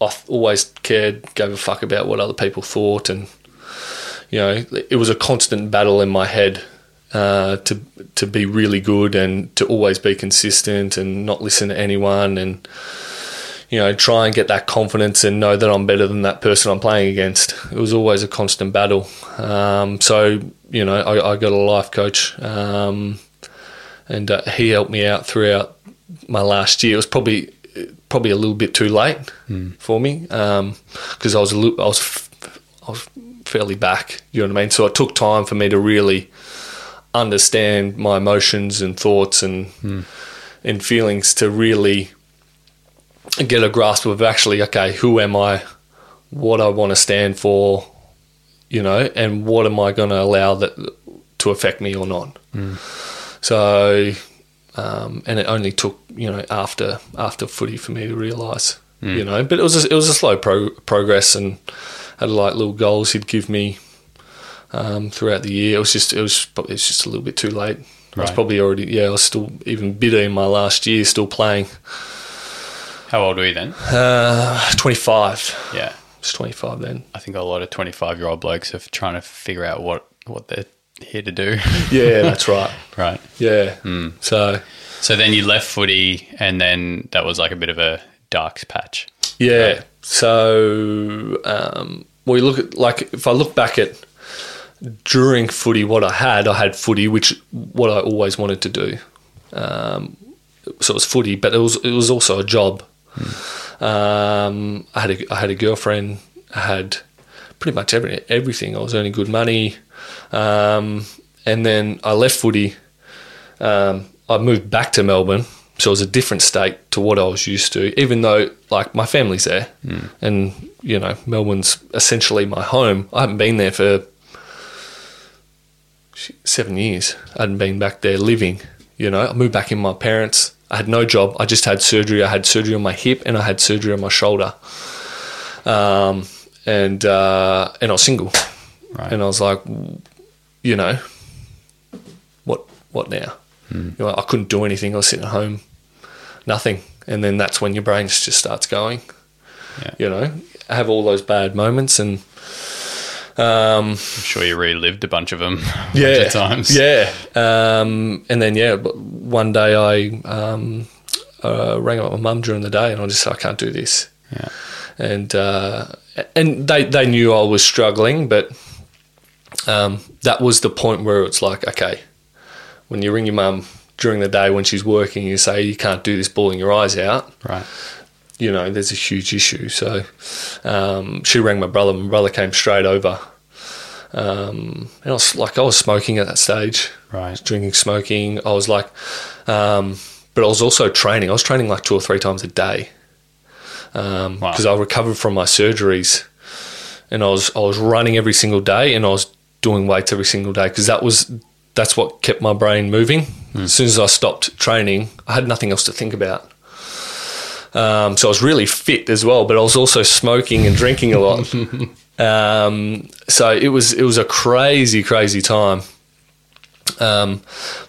B: I always cared, gave a fuck about what other people thought, and you know, it was a constant battle in my head uh, to to be really good and to always be consistent and not listen to anyone and you know try and get that confidence and know that I'm better than that person I'm playing against. It was always a constant battle. Um, so you know, I, I got a life coach, um, and uh, he helped me out throughout my last year. It was probably probably a little bit too late for me because I was a little, I was f- I was fairly back. You know what I mean. So it took time for me to really understand my emotions and thoughts and and feelings to really get a grasp of actually okay, who am I, what I want to stand for, you know, and what am I going to allow that to affect me or not. So. Um, and it only took you know after after footy for me to realise you know, but it was a, it was a slow pro- progress and had like little goals he'd give me um, throughout the year. It was just it was probably it's just a little bit too late. I was
A: Right.
B: probably already yeah I was still even bitter in my last year, still playing.
A: How old were you then?
B: Uh, twenty five,
A: Yeah.
B: it's twenty five then.
A: I think a lot of 25 year old blokes are trying to figure out what, what they're here to do.
B: Yeah, Hmm. that's right.
A: right.
B: Yeah, so
A: So then you left footy and then that was like a bit of a dark patch.
B: Yeah. So um, we look at like if I look back at during footy, what I had, I had footy, which what I always wanted to do. Um, so it was footy, but it was it was also a job. Hmm. Um, I had a, I had a girlfriend. I had pretty much every, everything. I was earning good money, um, and then I left footy. Um, I moved back to Melbourne, so it was a different state to what I was used to. Even though, like, my family's there, and you know, Melbourne's essentially my home. I haven't been there for sh- seven years. I hadn't been back there living. You know, I moved back in my parents. I had no job. I just had surgery. I had surgery on my hip and I had surgery on my shoulder. Um, and uh, and I was single.
A: Right.
B: And I was like, you know, what what now? You know, I couldn't do anything. I was sitting at home, nothing. And then that's when your brain just starts going.
A: Yeah.
B: you know, have all those bad moments and um,
A: I'm sure you relived a bunch of them.
B: yeah,
A: bunch of times.
B: Yeah. Um, and then yeah, but one day I um, uh, rang up my mum during the day, and I just said I can't do this.
A: Yeah.
B: And uh, and they they knew I was struggling, but um, that was the point where it's like, okay, when you ring your mum during the day when she's working, you say you can't do this, bawling your eyes out
A: Right.
B: you know, there's a huge issue. So um, she rang my brother. My brother came straight over. Um, and I was like, I was smoking at that stage. I
A: Right.
B: was drinking, smoking. I was like, um, but I was also training. I was training like two or three times a day because
A: Wow.
B: I recovered from my surgeries, and I was I was running every single day, and I was doing weights every single day because that was that's what kept my brain moving. As soon as I stopped training, I had nothing else to think about. Um, so I was really fit as well, but I was also smoking and drinking a lot. um, so it was it was a crazy, crazy time um,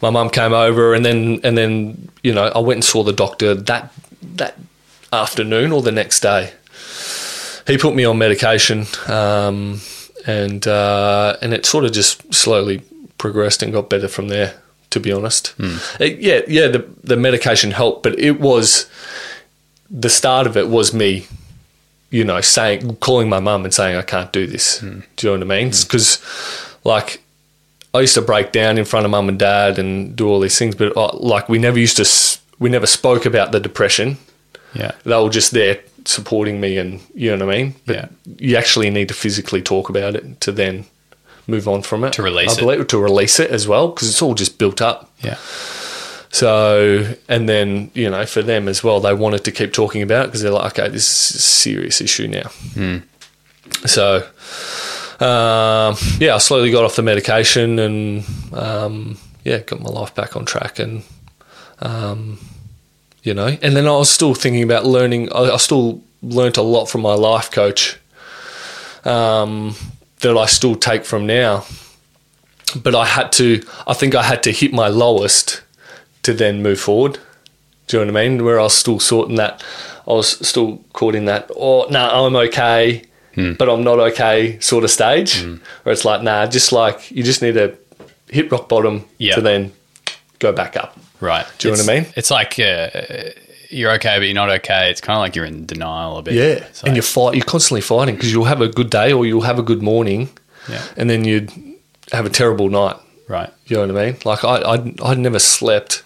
B: my mum came over, and then and then you know I went and saw the doctor that that afternoon or the next day. He put me on medication, um, and uh, and it sort of just slowly progressed and got better from there. To be honest, It- yeah, yeah, the the medication helped, but it was the start of it was me you know, saying, calling my mum and saying, I can't do this. Do you know what I mean? Because, like, I used to break down in front of mum and dad and do all these things, but uh, like, we never used to, s- we never spoke about the depression.
A: Yeah.
B: They were just there supporting me, and you know what I mean? But
A: Yeah.
B: you actually need to physically talk about it to then move on from it.
A: To release
B: I
A: it.
B: believe, To release it as well, because it's all just built up.
A: Yeah.
B: So, and then, you know, for them as well, they wanted to keep talking about it because they're like, okay, this is a serious issue now. So, um, yeah, I slowly got off the medication and, um, yeah, got my life back on track. And, um, you know, and then I was still thinking about learning. I, I still learnt a lot from my life coach um, that I still take from now. But I had to, I think I had to hit my lowest to then move forward. Do you know what I mean? Where I was still sorting that, I was still caught in that, oh, no, I'm okay, but I'm not okay sort of stage. Where it's like, nah, just like, you just need to hit rock bottom
A: Yeah.
B: to then go back up.
A: Right.
B: Do you know
A: It's-
B: what I mean?
A: It's like uh, you're okay, but you're not okay. It's kind of like you're in denial a bit.
B: Yeah.
A: It's
B: And
A: like-
B: you're, fight, you're constantly fighting because you'll have a good day or you'll have a good morning
A: Yeah.
B: and then you'd have a terrible night.
A: right.
B: You know what I mean? Like I, I, I never slept.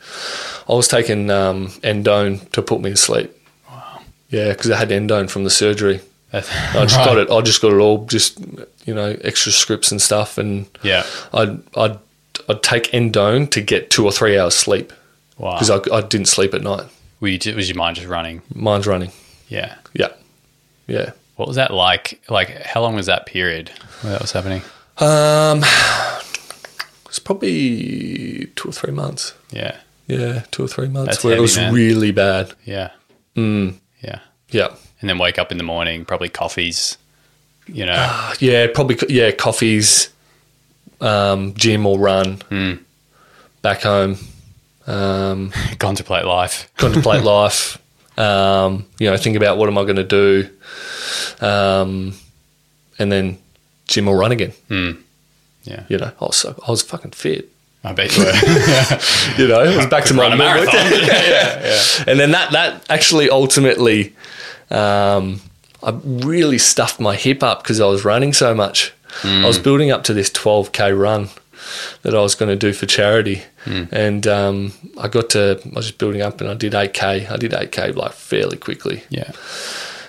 B: I was taking um, endone to put me to sleep. Wow. Yeah, because I had endone from the surgery. I just got it. I just got it all. Just you know, extra scripts and stuff. And
A: Yeah.
B: I'd I'd I'd take endone to get two or three hours sleep
A: Wow.
B: because I, I didn't sleep at night.
A: Were you, was your mind just running?
B: Mine's running.
A: Yeah.
B: Yeah, yeah.
A: What was that like? Like, how long was that period where that was happening?
B: Um, it's probably two or three months.
A: Yeah.
B: Yeah, two or three months
A: That's
B: where
A: heavy,
B: it was
A: man.
B: really bad.
A: Yeah.
B: Hmm.
A: Yeah.
B: Yeah.
A: And then wake up in the morning, probably coffees, you
B: Ah.
A: know.
B: Uh, Yeah, probably. co- Yeah, coffees, um, gym or run,
A: Hmm.
B: back home, um,
A: contemplate life.
B: contemplate life. Um, you know, think about what am I going to do, um, and then gym or run again.
A: Hmm. Yeah.
B: You know, I was so, I was fucking fit.
A: I bet you were.
B: You know, it was back to my
A: Run a marathon.
B: and then that that actually ultimately, um, I really stuffed my hip up because I was running so much. I
A: Hmm.
B: was building up to this 12k run that I was going to do for charity,
A: Hmm.
B: and um, I got to I was just building up, and I did 8k. I did 8k like fairly quickly,
A: yeah.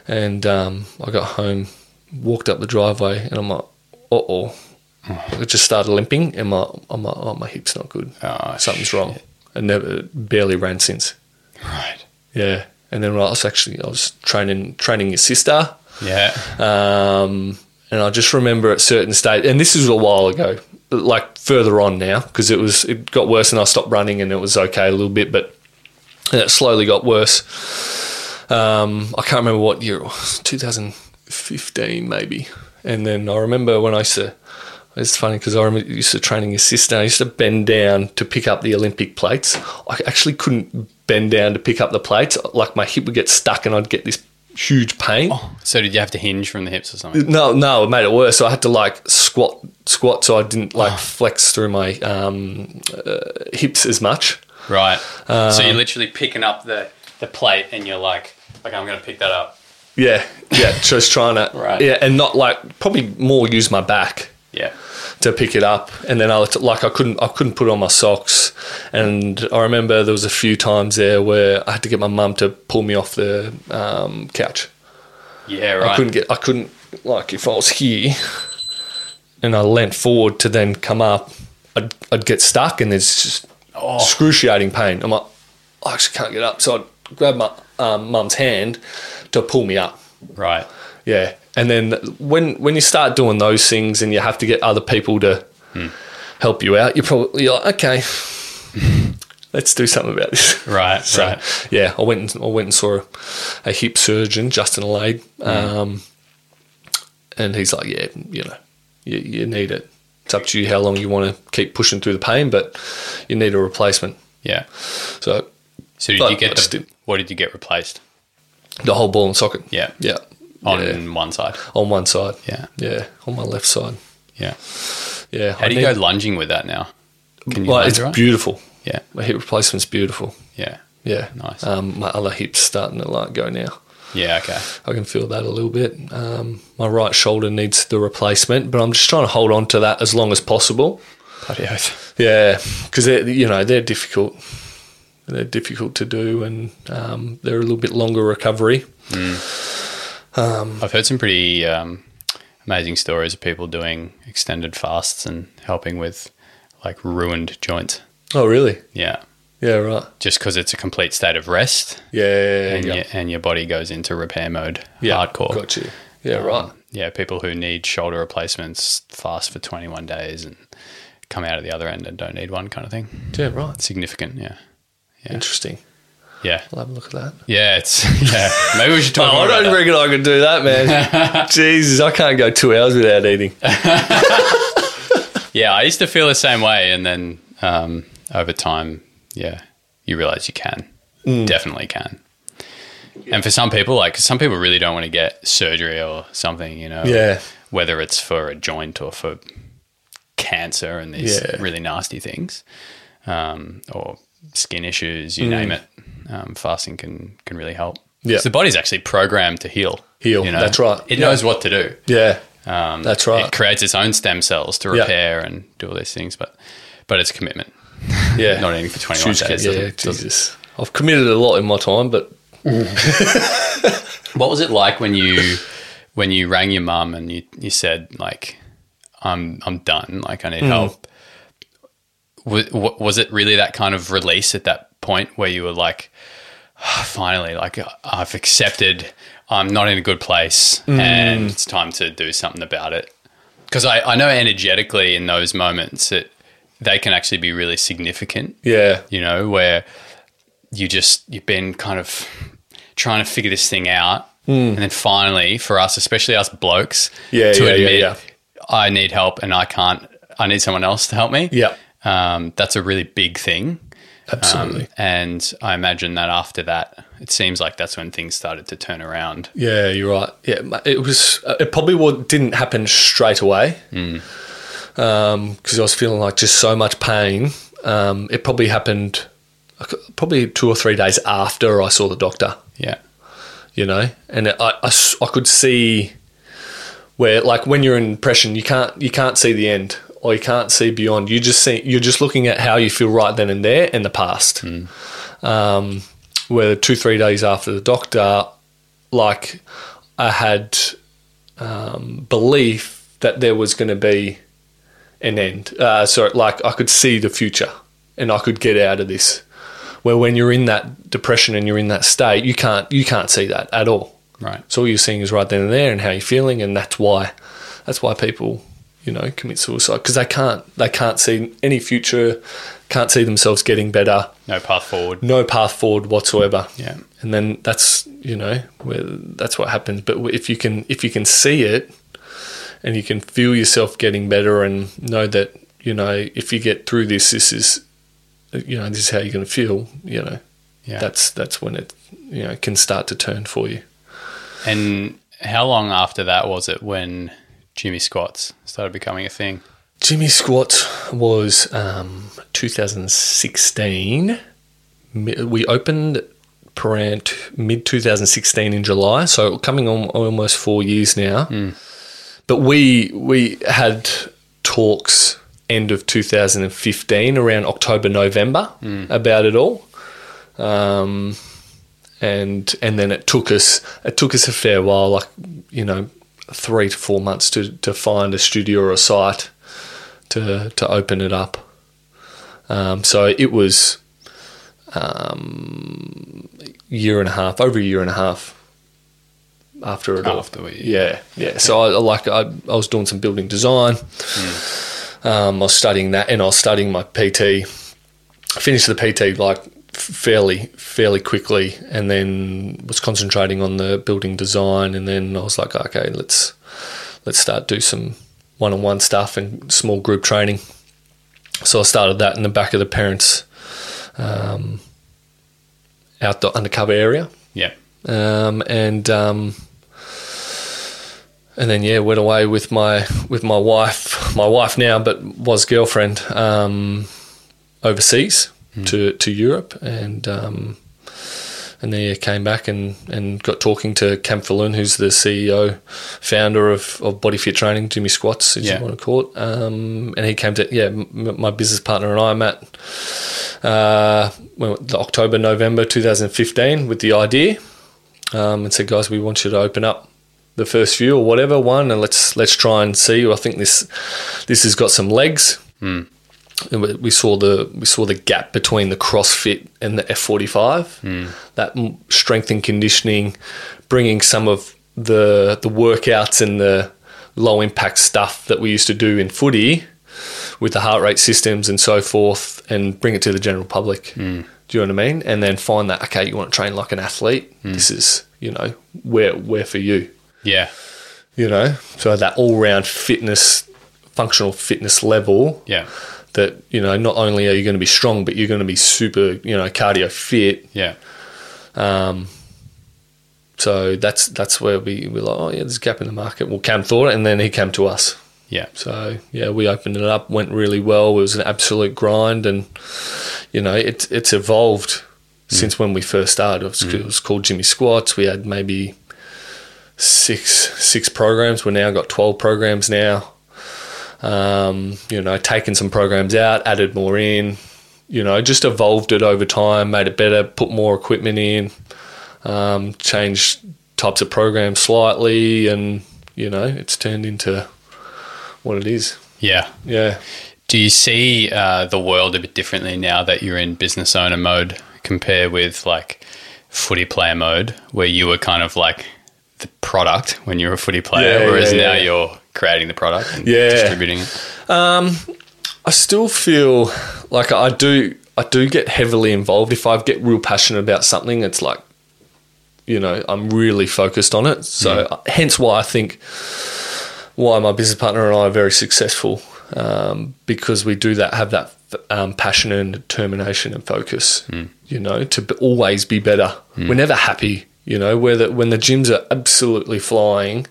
B: and um, I got home, walked up the driveway, and I'm like, uh oh. I just started limping, and my I'm like, oh my hip's not good.
A: Oh,
B: Something's
A: shit.
B: wrong. I never barely ran since.
A: Right.
B: Yeah. And then I was actually I was training training your sister,
A: Yeah.
B: um, and I just remember at certain stage, and this is a while ago, but like further on now because it was it got worse, and I stopped running, and it was okay a little bit, but and it slowly got worse. Um, I can't remember what year it was, 2015 maybe, and then I remember when I used to. It's funny because I remember used to training your sister. I used to bend down to pick up the Olympic plates. I actually couldn't bend down to pick up the plates. Like my hip would get stuck, and I'd get this huge pain.
A: So did you have to hinge from the hips or something?
B: No, no, it made it worse. So I had to like squat, squat, so I didn't like flex through my um, uh, hips as much.
A: Right. so you're literally picking up the, the plate and you're like, okay, I'm going to pick that up.
B: Yeah, yeah, just trying to,
A: Right.
B: yeah, and not like probably more use my back
A: Yeah.
B: to pick it up, and then I let- like I couldn't I couldn't put on my socks, and I remember there was a few times there where I had to get my mum to pull me off the um, couch.
A: Yeah, right.
B: I couldn't get I couldn't like if I was here and I leant forward to then come up, I'd, I'd get stuck and there's just excruciating pain. I'm like, I actually can't get up, so I'd grab my um, mum's hand to pull me up.
A: right.
B: Yeah, and then when when you start doing those things and you have to get other people to help you out, you're probably you're like, okay, let's do something about this.
A: Right,
B: So,
A: right.
B: Yeah, I went and, I went and saw a, a hip surgeon, Justin Allade,
A: Mm.
B: um, and he's like, yeah, you know, you, you need it. It's up to you how long you want to keep pushing through the pain, but you need a replacement.
A: Yeah.
B: So
A: So did
B: But
A: you get
B: that's
A: the,
B: the-
A: what did you get replaced?
B: the whole ball and socket.
A: Yeah.
B: Yeah.
A: On
B: yeah.
A: one side.
B: on one side.
A: Yeah.
B: Yeah. On my left side.
A: Yeah.
B: Yeah.
A: How do you go lunging with that now? Can you
B: Well,
A: lunge
B: it's
A: right?
B: beautiful.
A: Yeah.
B: My hip replacement's beautiful.
A: Yeah.
B: Yeah,
A: Nice.
B: Um, my other hip's starting to like go now.
A: Yeah. Okay.
B: I can feel that a little bit. Um, my right shoulder needs the replacement, but I'm just trying to hold on to that as long as possible. Yeah, because they're you know they're difficult. They're difficult to do, and um, they're a little bit longer recovery.
A: I've heard some pretty um, amazing stories of people doing extended fasts and helping with like ruined joints.
B: Oh, really?
A: Yeah.
B: Yeah, right.
A: Just because it's a complete state of rest
B: Yeah,
A: and,
B: yeah,
A: your, and your body goes into repair mode
B: yeah.
A: hardcore.
B: Got you. Yeah, right.
A: Yeah. People who need shoulder replacements fast for 21 days and come out at the other end and don't need one kind of thing.
B: Yeah, right.
A: Significant. Yeah.
B: Interesting.
A: Yeah.
B: I'll have a look at that.
A: Yeah. It's, yeah. Maybe we should talk more
B: Oh, I
A: about
B: don't
A: that.
B: reckon I could do that, man. Jesus, I can't go two hours without eating.
A: Yeah, I used to feel the same way, and then um, over time, yeah, you realize you can,
B: Mm.
A: definitely can. And for some people, like some people really don't want to get surgery or something, you know.
B: Yeah.
A: Whether it's for a joint or for cancer and these
B: Yeah.
A: really nasty things, um, or skin issues, you name it, um, fasting can can really help.
B: Mm. Yeah.
A: 'Cause the body's actually programmed to heal.
B: Heal, that's right.
A: It
B: Yeah.
A: knows what to do.
B: Yeah, that's
A: It
B: right.
A: creates its own stem cells to
B: Yeah.
A: repair and do all these things, but but it's a commitment.
B: yeah,
A: Not eating for 21
B: Huge
A: days.
B: kid,
A: doesn't-
B: Yeah,
A: doesn't-
B: Jesus. I've committed a lot in my time, but
A: What was it like when you when you rang your mum and you, you said like I'm I'm done, like I need help? Was, was it really that kind of release at that point where you were like "Ah, finally like I've accepted I'm not in a good place and it's time to do something about it? Because I, I know energetically in those moments it they can actually be really significant.
B: yeah,
A: you know, where you just you've been kind of trying to figure this thing out, and then finally, for us, especially us blokes,
B: Hmm. Yeah,
A: to
B: yeah, yeah,
A: admit
B: yeah.
A: I need help and I can't, I need someone else to help me.
B: yeah,
A: um, that's a really big thing,
B: absolutely.
A: and I imagine that after that, it seems like that's when things started to turn around.
B: yeah, you're right. Yeah, ma- it was. uh, It probably wa- didn't happen straight away because I was feeling like just so much pain. Um, it probably happened uh, c- probably two or three days after I saw the doctor.
A: Yeah,
B: you know and I, I s- I could see where like when you're in depression you can't you can't see the end or you can't see beyond you just see you're just looking at how you feel right then and there and the past um, where two three days after the doctor like i had um, belief that there was going to be an end uh, so like i could see the future and i could get out of this where when you're in that depression and you're in that state, you can't you can't see that at all.
A: right.
B: So all you're seeing is right then and there and how you're feeling, and that's why that's why people you know commit suicide because they can't they can't see any future, can't see themselves getting better,
A: No path forward.
B: no path forward whatsoever.
A: Yeah.
B: and then that's you know where that's what happens. But if you can if you can see it, and you can feel yourself getting better, and know that you know if you get through this, this is you know this is how you're going to feel. You know
A: Yeah,
B: that's that's when it you know can start to turn for you.
A: And how long after that was it when Jimmy squats started becoming a thing?
B: Jimmy Squat was um, 2016. Mi- We opened Parant mid 2016 in July, so coming on almost four years now. But we we had talks end of 2015 around October November about it all. Um, and and then it took us it took us a fair while, like you know, three to four months to to find a studio or a site to to open it up. Um, so it was um, year and a half, over a year and a half after it all.
A: After we-
B: yeah, yeah. So I I like I, I was doing some building design. Um, I was studying that, and I was studying my PT. Finished the PT like f- fairly fairly quickly, and then was concentrating on the building design. And then I was like, okay, let's let's start do some one on one stuff and small group training. So I started that in the back of the parents' um, outdoor undercover area
A: Yeah.
B: um, and um, and then yeah, went away with my with my wife, my wife now, but was girlfriend um, overseas to to Europe, and um, and then yeah, came back and, and got talking to Cam Falloon, who's the CEO, founder of, of Body Fit Training, Jimmy Squats, if
A: Yeah.
B: you want to call it, um, and he came to yeah, m- my business partner and I, Matt, uh, well, the October, November 2015 with the idea um, and said, guys, we want you to open up the first few or whatever one and let's let's try and see. I think this this has got some legs. And we- we saw the we saw the gap between the CrossFit and the F45. That m- strength and conditioning, bringing some of the the workouts and the low impact stuff that we used to do in footy with the heart rate systems and so forth, and bring it to the general public. Do you know what I mean? And then find that okay, you want to train like an athlete. This is you know where where for you
A: Yeah.
B: you know so that all-round fitness functional fitness level
A: Yeah.
B: that you know not only are you going to be strong but you're going to be super you know cardio fit
A: Yeah.
B: so that's that's where we we're like oh yeah there's a gap in the market well cam thought it and then he came to us
A: Yeah.
B: so yeah we opened it up went really well it was an absolute grind and you know it, it's evolved since when we first started it was, it was called jimmy squats we had maybe six six programs we've now got 12 programs now um, you know, taken some programs out, added more in, you know, just evolved it over time, made it better, put more equipment in, um, changed types of programs slightly, and, you know, it's turned into what it is.
A: Yeah.
B: Yeah.
A: Do you see uh, the world a bit differently now that you're in business owner mode compared with like footy player mode, where you were kind of like the product when you were a footy player,
B: Yeah,
A: whereas
B: yeah,
A: now
B: yeah.
A: you're creating the product and
B: Yeah.
A: distributing it?
B: I still feel like I do. I do get heavily involved. If I get real passionate about something, it's like, you know, I'm really focused on it. So, uh, hence why I think why my business partner and I are very successful um, because we do that, have that um, passion and determination and focus, you know, to be, always be better. We're never happy, you know, where the, when the gyms are absolutely flying,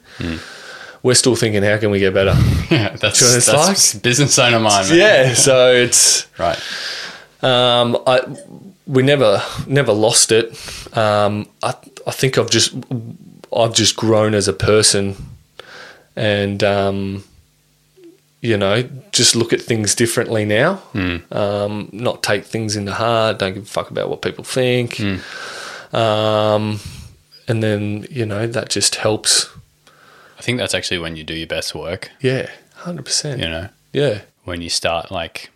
B: we're still thinking, how can we get better?
A: Yeah, that's,
B: Do you know what it's
A: that's business owner mind. man.
B: yeah. So it's,
A: Right.
B: Um, I we never never lost it. Um, I I think I've just I've just grown as a person, and um, you know, just look at things differently now. Um, not take things into heart. Don't give a fuck about what people think. Um, and then you know that just helps.
A: I think that's actually when you do your best work,
B: Yeah, hundred percent.
A: you know,
B: Yeah.
A: when you start like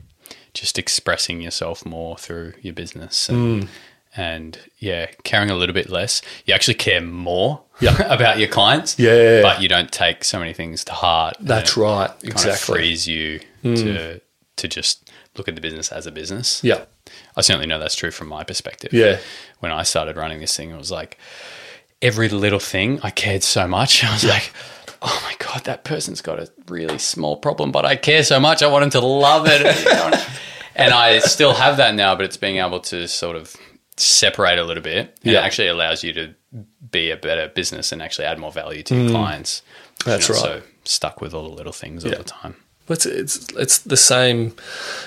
A: just expressing yourself more through your business
B: Hmm.
A: and, and yeah, caring a little bit less. You actually care more about your clients.
B: Yeah.
A: But you don't take so many things to heart. and
B: That's
A: it
B: right.
A: Kind of
B: Exactly. Hmm.
A: frees you to to just look at the business as a business.
B: Yeah.
A: I certainly know that's true from my perspective.
B: Yeah.
A: When I started running this thing, it was like every little thing I cared so much. I was like, oh my God, that person's got a really small problem, but I care so much. I want him to love it. You know? and I still have that now, but it's being able to sort of separate a little bit. And
B: Yeah.
A: It actually allows you to be a better business and actually add more value to your clients. You're
B: Mm. That's
A: not
B: right.
A: So stuck with all the little things all
B: Yeah.
A: the time.
B: But it's it's it's the same,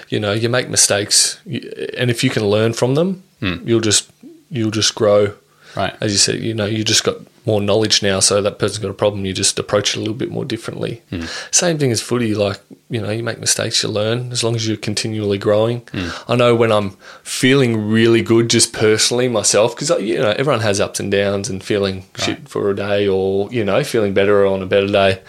B: you know. You make mistakes, you- and if you can learn from them, you'll just you'll just grow.
A: Right.
B: As you said, you know, you just got more knowledge now. So that person's got a problem. You just approach it a little bit more differently. Same thing as footy. Like you know, you make mistakes, you learn. As long as you're continually growing. I know when I'm feeling really good, just personally myself, because you know everyone has ups and downs, and feeling shit for a day, or you know, feeling better on a better day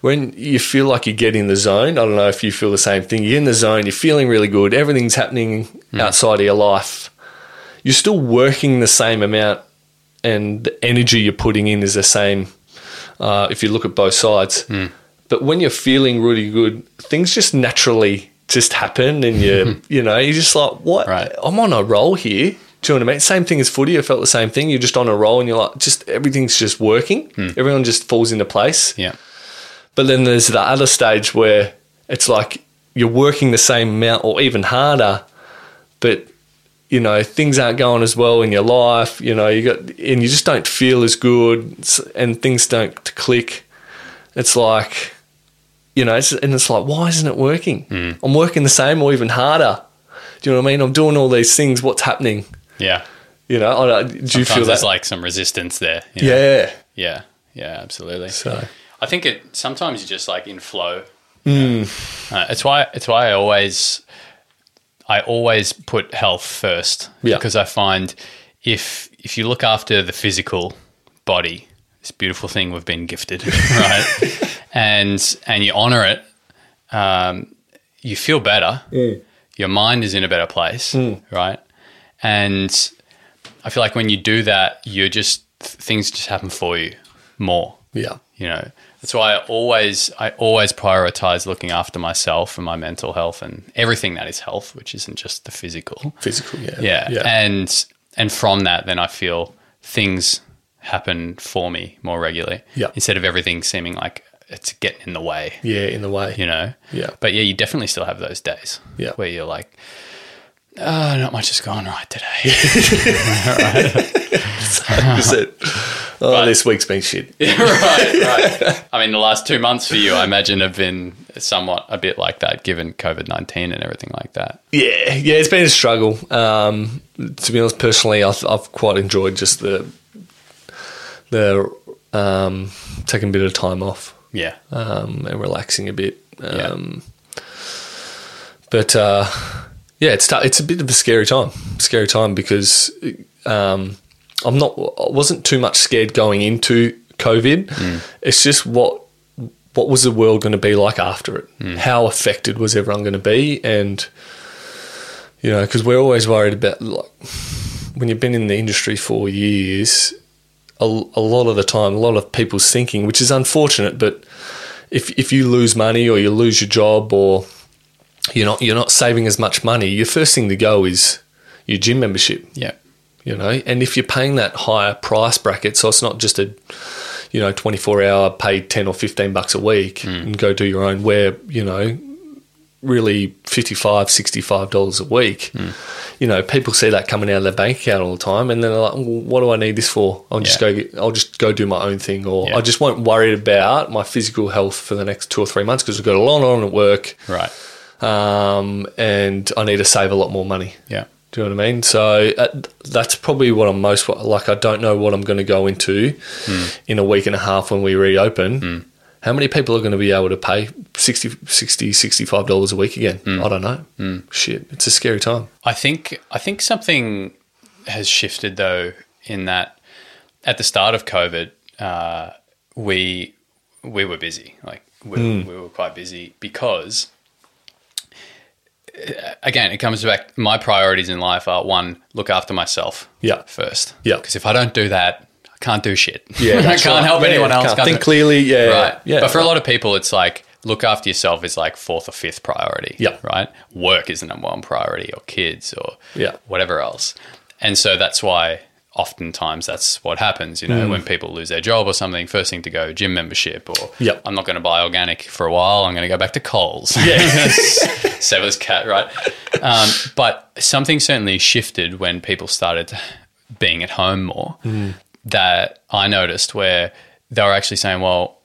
B: when you feel like you get in the zone, I don't know if you feel the same thing. You're in the zone, you're feeling really good, everything's happening outside of your life. You're still working the same amount, and the energy you're putting in is the same uh, if you look at both sides. But when you're feeling really good, things just naturally just happen, and you you know you're just like, what?
A: Right.
B: I'm on a roll here. Do you know what I mean? Same thing as footy. I felt the same thing. You're just on a roll, and you're like, just everything's just working. Everyone just falls into place.
A: Yeah.
B: But then there's the other stage where it's like you're working the same amount or even harder, but you know things aren't going as well in your life. You know you got and you just don't feel as good, s- and things don't click. It's like you know, it's, and it's like why isn't it working?
A: Hmm.
B: I'm working the same or even harder. Do you know what I mean? I'm doing all these things. What's happening?
A: Yeah.
B: You know, I, don't- do you
A: Sometimes
B: feel
A: there's
B: that?
A: like some resistance there. you know?
B: yeah.
A: Yeah. Yeah, absolutely.
B: So
A: I think it sometimes you're just like in flow. Uh, it's why it's why I always I always put health first
B: Yeah.
A: because I find if if you look after the physical body, this beautiful thing we've been gifted, right? and and you honor it, um, you feel better. Your mind is in a better place, right? And I feel like when you do that, you're just th- things just happen for you more
B: yeah,
A: you know that's why i always i always prioritize looking after myself and my mental health and everything that is health which isn't just the physical
B: physical. Yeah,
A: yeah,
B: yeah.
A: and and from that then i feel things happen for me more regularly
B: Yeah.
A: instead of everything seeming like it's getting in the way
B: yeah, in the way.
A: you know
B: Yeah.
A: but yeah you definitely still have those days
B: Yeah.
A: where you're like oh not much has gone right today
B: Is it? Oh, this week's been shit.
A: right, right. I mean, the last two months for you, I imagine, have been somewhat a bit like that, given COVID nineteen and everything like that.
B: Yeah, yeah, it's been a struggle. Um, to be honest, personally, I've, I've quite enjoyed just the the um, taking a bit of time off
A: Yeah,
B: um, and relaxing a bit.
A: Yeah.
B: Um, But uh, yeah, it's tou- it's a bit of a scary time. Scary time because um, I'm not. I wasn't too much scared going into COVID. It's just what what was the world going to be like after it? How affected was everyone going to be? And you know, because we're always worried about like when you've been in the industry for years. A, a lot of the time, a lot of people's thinking, which is unfortunate, but if if you lose money or you lose your job or you're not you're not saving as much money, your first thing to go is your gym membership.
A: yeah,
B: You know, and if you're paying that higher price bracket, so it's not just a you know 24 hour pay 10 or 15 bucks a week
A: Hmm.
B: and go do your own where you know really 55 65 dollars a week
A: Hmm.
B: you know people see that coming out of their bank account all the time and then they're like well, what do i need this for i'll just
A: Yeah.
B: go get, i'll just go do my own thing or
A: Yeah.
B: i just won't worry about my physical health for the next two or three months because we've got a lot on at work
A: right,
B: um, and i need to save a lot more money
A: yeah,
B: do you know what I mean? So uh, that's probably what I'm most like. I don't know what I'm going to go into in a week and a half when we reopen. How many people are going to be able to pay 60 60 65 dollars a week again? I don't know. Shit, it's a scary time.
A: I think I think something has shifted though in that at the start of COVID, uh, we we were busy, like we,
B: Hmm.
A: we were quite busy because uh, again, it comes back. My priorities in life are one, look after myself,
B: Yeah.
A: first,
B: Yeah.
A: because if I don't do that, I can't do shit. I
B: that's
A: can't
B: right.
A: help
B: Yeah,
A: anyone
B: yeah,
A: else.
B: can't
A: can't
B: think
A: do-
B: clearly. Yeah,
A: right?
B: yeah.
A: but for a lot of people, it's like look after yourself is like fourth or fifth priority.
B: Yeah.
A: right. Work is the number one priority, or kids, or
B: Yeah.
A: whatever else. And so that's why oftentimes that's what happens. You know,
B: Mm.
A: when people lose their job or something, first thing to go gym membership, or
B: Yeah.
A: I'm not going to buy organic for a while. I'm going to go back to Coles. Sever's cat, right? Um, but something certainly shifted when people started being at home more that I noticed where they were actually saying, well,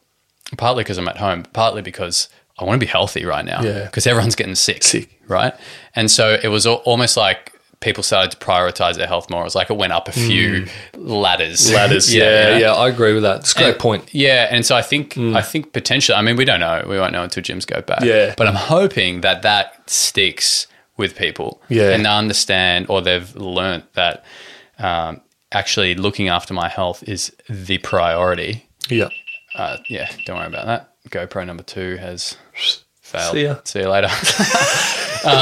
A: partly because I'm at home, but partly because I want to be healthy right now
B: Yeah.
A: because everyone's getting sick,
B: Sick.
A: right? And so it was al- almost like people started to prioritize their health more. It was like it went up a few ladders,
B: Mm. Ladders. yeah,
A: you know?
B: yeah, I agree with that. It's a great
A: And-
B: point. Hmm.
A: Yeah, and so I think I think potentially. I mean, we don't know. We won't know until gyms go back.
B: Yeah.
A: but I'm hoping that that sticks with people.
B: Yeah.
A: and they understand or they've learnt that um, actually looking after my health is the priority.
B: Yeah.
A: Uh, yeah, don't worry about that. GoPro number two has failed.
B: See ya.
A: See you later. um,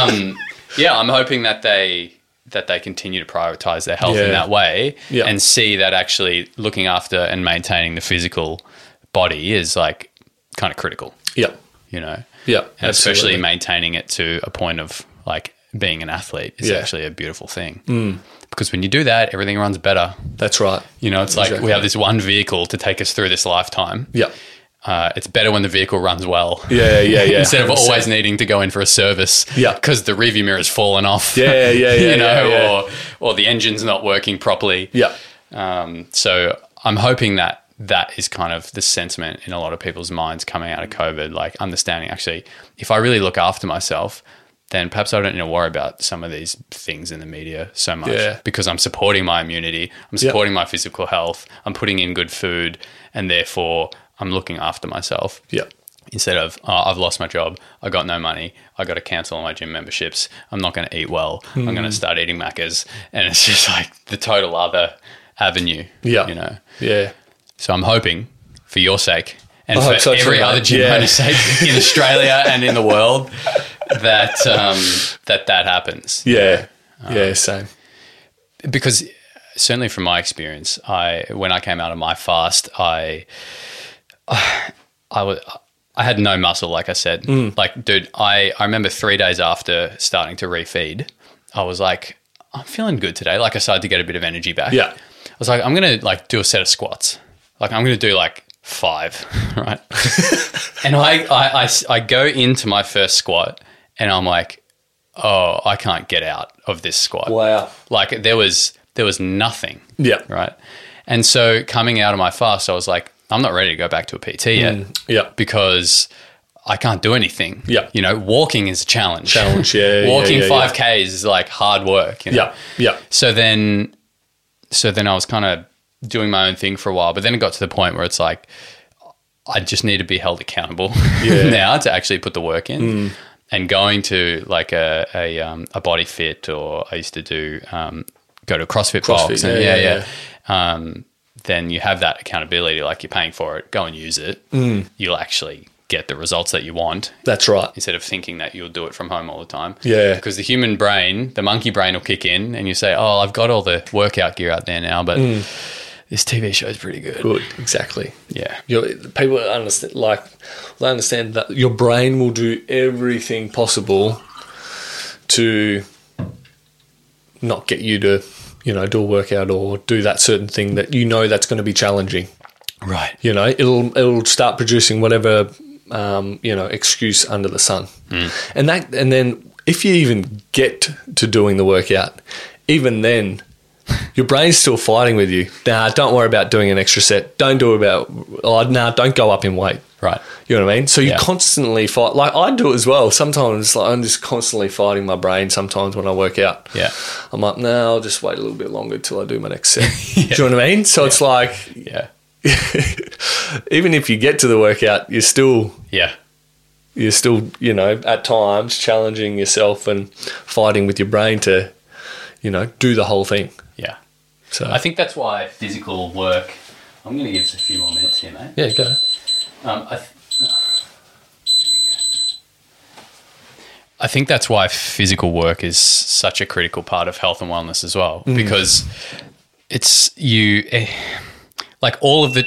A: yeah, I'm hoping that they that they continue to prioritize their health
B: Yeah.
A: in that way
B: Yeah.
A: and see that actually looking after and maintaining the physical body is like kind of critical,
B: Yeah.
A: you know.
B: Yeah.
A: And especially
B: absolutely.
A: maintaining it to a point of like being an athlete is
B: Yeah. Mm.
A: actually a beautiful thing. Because when you do that, everything runs better.
B: That's right.
A: You know, it's like
B: Exactly.
A: we have this one vehicle to take us through this lifetime.
B: Yeah.
A: Uh, it's better when the vehicle runs well.
B: Yeah, yeah, yeah.
A: Instead of
B: 100%.
A: always needing to go in for a service,
B: Yeah.
A: because the rearview mirror's fallen off,
B: Yeah, yeah, yeah,
A: you know,
B: yeah, yeah.
A: or or the engine's not working properly.
B: Yeah.
A: Um, so I'm hoping that that is kind of the sentiment in a lot of people's minds coming out of COVID, like understanding actually, if I really look after myself, then perhaps I don't need to worry about some of these things in the media so much
B: Yeah.
A: because I'm supporting my immunity, I'm supporting my physical health, I'm putting in good food, and therefore I'm looking after myself
B: Yeah.
A: instead of oh, I've lost my job, I got no money, I got to cancel all my gym memberships, I'm not going to eat well, I'm
B: Hmm.
A: going to start eating macas, and it's just like the total other avenue.
B: Yeah.
A: you know.
B: Yeah.
A: So I'm hoping for your sake and
B: I
A: for
B: hope so too,
A: every
B: mate.
A: other gym
B: Yeah.
A: owner's sake in Australia and in the world that um, that that happens
B: Yeah. Yeah, Uh, same.
A: because certainly from my experience, I when I came out of my fast, I I was. I had no muscle, like I said. Like, dude, I, I remember three days after starting to refeed, I was like, I'm feeling good today. Like, I started to get a bit of energy back.
B: Yeah.
A: I was like, I'm going to, like, do a set of squats. Like, I'm going to do, like, five, right? and I, I, I s- I go into my first squat and I'm like, oh, I can't get out of this squat
B: Wow.
A: like there was there was nothing
B: Yeah.
A: right and so coming out of my fast i was like i'm not ready to go back to a pt yet
B: Yeah.
A: because i can't do anything
B: Mm. Yeah.
A: you know walking is a challenge
B: Challenge, yeah, yeah,
A: walking
B: yeah, yeah.
A: 5ks is like hard work you know?
B: Yeah. Yeah.
A: so then so then i was kind of doing my own thing for a while but then it got to the point where it's like i just need to be held accountable
B: Yeah. Mm.
A: now to actually put the work in and going to like a a, um, a body fit or i used to do um, go to a crossfit, box
B: CrossFit,
A: and yeah
B: yeah,
A: yeah,
B: yeah,
A: Um, then you have that accountability like you're paying for it go and use it
B: Mm.
A: you'll actually get the results that you want
B: That's right.
A: instead of thinking that you'll do it from home all the time.
B: Yeah.
A: Because the human brain, the monkey brain will kick in and you say, Oh, I've got all the workout gear out there now, but this TV show is pretty good.
B: Good. Exactly.
A: Yeah.
B: Your people understand like they understand that your brain will do everything possible to not get you to you know do a workout or do that certain thing that you know that's going to be challenging.
A: Right.
B: You know it'll it'll start producing whatever um, you know excuse under the sun,
A: Mm.
B: and that and then if you even get to doing the workout, even then your brain's still fighting with you. Nah, don't worry about doing an extra set. Don't do about. Oh, nah, don't go up in weight.
A: Right.
B: You know what I mean? So you
A: Yeah.
B: constantly fight. Like I do as well. Sometimes like, I'm just constantly fighting my brain. Sometimes when I work out,
A: Yeah.
B: I'm like, no, I'll just wait a little bit longer till I do my next set. Do you know what I mean? So it's like,
A: Yeah.
B: even if you get to the workout, you're still
A: Yeah.
B: you're still you know at times challenging yourself and fighting with your brain to you know do the whole thing.
A: Yeah.
B: So
A: I think that's why physical work. I'm going to give us a few more minutes here, mate.
B: yeah, go.
A: Um, I, th- I think that's why physical work is such a critical part of health and wellness as well,
B: Mm.
A: because it's you, eh, like all of the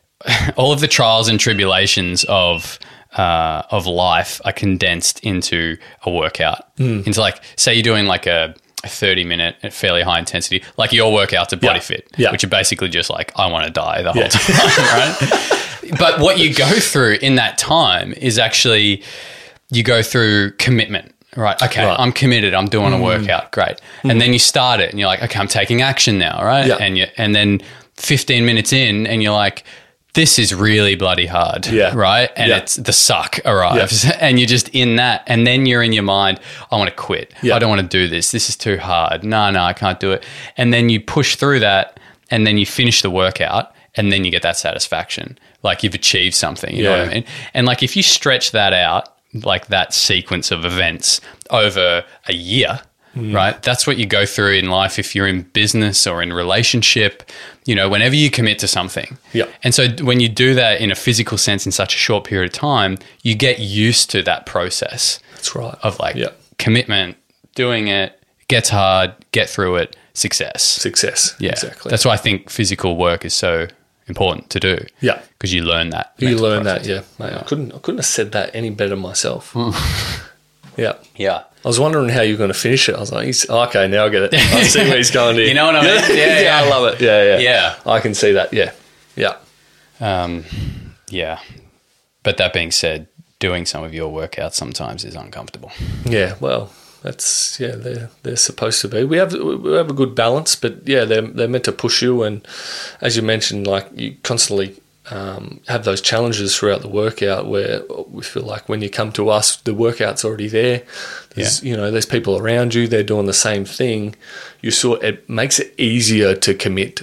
A: all of the trials and tribulations of uh, of life are condensed into a workout.
B: Mm.
A: Into like, say you're doing like a, a 30 minute at fairly high intensity, like your workouts at Body Fit,
B: Yeah.
A: which are basically just like, I want to die the whole time, right? but what you go through in that time is actually you go through commitment. Right. Okay.
B: Right. Mm.
A: I'm committed. I'm doing a workout. Great. And then you start it and you're like, okay, I'm taking action now. Right.
B: Yeah.
A: And you, and then 15 minutes in and you're like, this is really bloody hard.
B: Yeah.
A: Right. And
B: Yeah.
A: it's the suck arrives and you're just in that. And then you're in your mind, I want to quit.
B: Yeah.
A: I don't want to do this. This is too hard. No, no, I can't do it. And then you push through that and then you finish the workout and then you get that satisfaction. Like you've achieved something. You know what I
B: Yeah.
A: mean? And like if you stretch that out, like that sequence of events over a year,
B: Mm.
A: right? That's what you go through in life if you're in business or in relationship, you know, whenever you commit to something.
B: Yeah.
A: And so d- when you do that in a physical sense in such a short period of time, you get used to that process
B: That's right.
A: of like
B: Yeah.
A: commitment, doing it, gets hard, get through it, success.
B: Success.
A: Yeah.
B: Exactly.
A: That's why I think physical work is so important to do.
B: Yeah.
A: Because you learn that.
B: You
A: mental
B: learn
A: process. Hmm.
B: that, yeah. Mate, I couldn't I couldn't have said that any better myself. yeah.
A: Yeah.
B: I was wondering how you were going to finish it. I was like, he's, oh, okay, now I get it. I see where he's going here.
A: You know what I mean?
B: Yeah,
A: Yeah, yeah.
B: I love it. Yeah, yeah.
A: Yeah.
B: I can see that. Yeah. Yeah.
A: Um, yeah. But that being said, doing some of your workouts sometimes is uncomfortable.
B: Yeah. Well, that's, yeah, they're, they're supposed to be. We have we have a good balance, but yeah, they're, they're meant to push you. And as you mentioned, like you constantly um, have those challenges throughout the workout where we feel like when you come to us, the workout's already there. There's, You know, there's people around you, they're doing the same thing. You sort it makes it easier to commit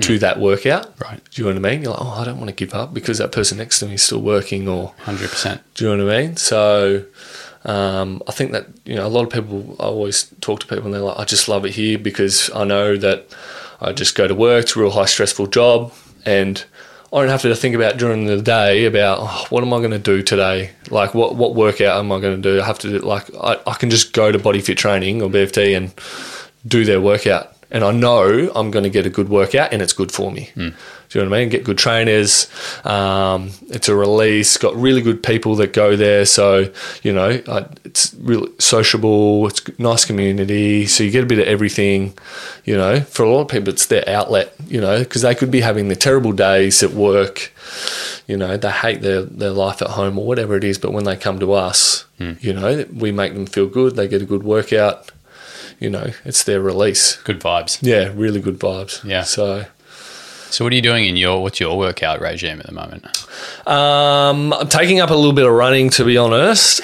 B: to that workout.
A: Right.
B: Do you know what I mean? You're like, oh, I don't want to give up because that person next to me is still working, or
A: 100%.
B: do you know what I mean? So, um, I think that you know a lot of people. I always talk to people and they're like, I just love it here because I know that I just go to work. It's a real high stressful job, and I don't have to think about during the day about oh, what am I going to do today? Like what what workout am I going to do? I have to do, like I, I can just go to Body Fit Training or BFT and do their workout. And I know I'm going to get a good workout and it's good for me. Do you know what I mean? Get good trainers. Um, it's a release. Got really good people that go there. So, you know, I, it's really sociable. It's g- nice community. So you get a bit of everything, you know. For a lot of people, it's their outlet, you know, because they could be having the terrible days at work. You know, they hate their, their life at home or whatever it is. But when they come to us, you know, we make them feel good. They get a good workout you know, it's their release.
A: Good vibes.
B: Yeah, really good vibes.
A: Yeah.
B: So,
A: So, what are you doing in your, what's your workout regime at the moment?
B: um, I'm taking up a little bit of running, to be honest,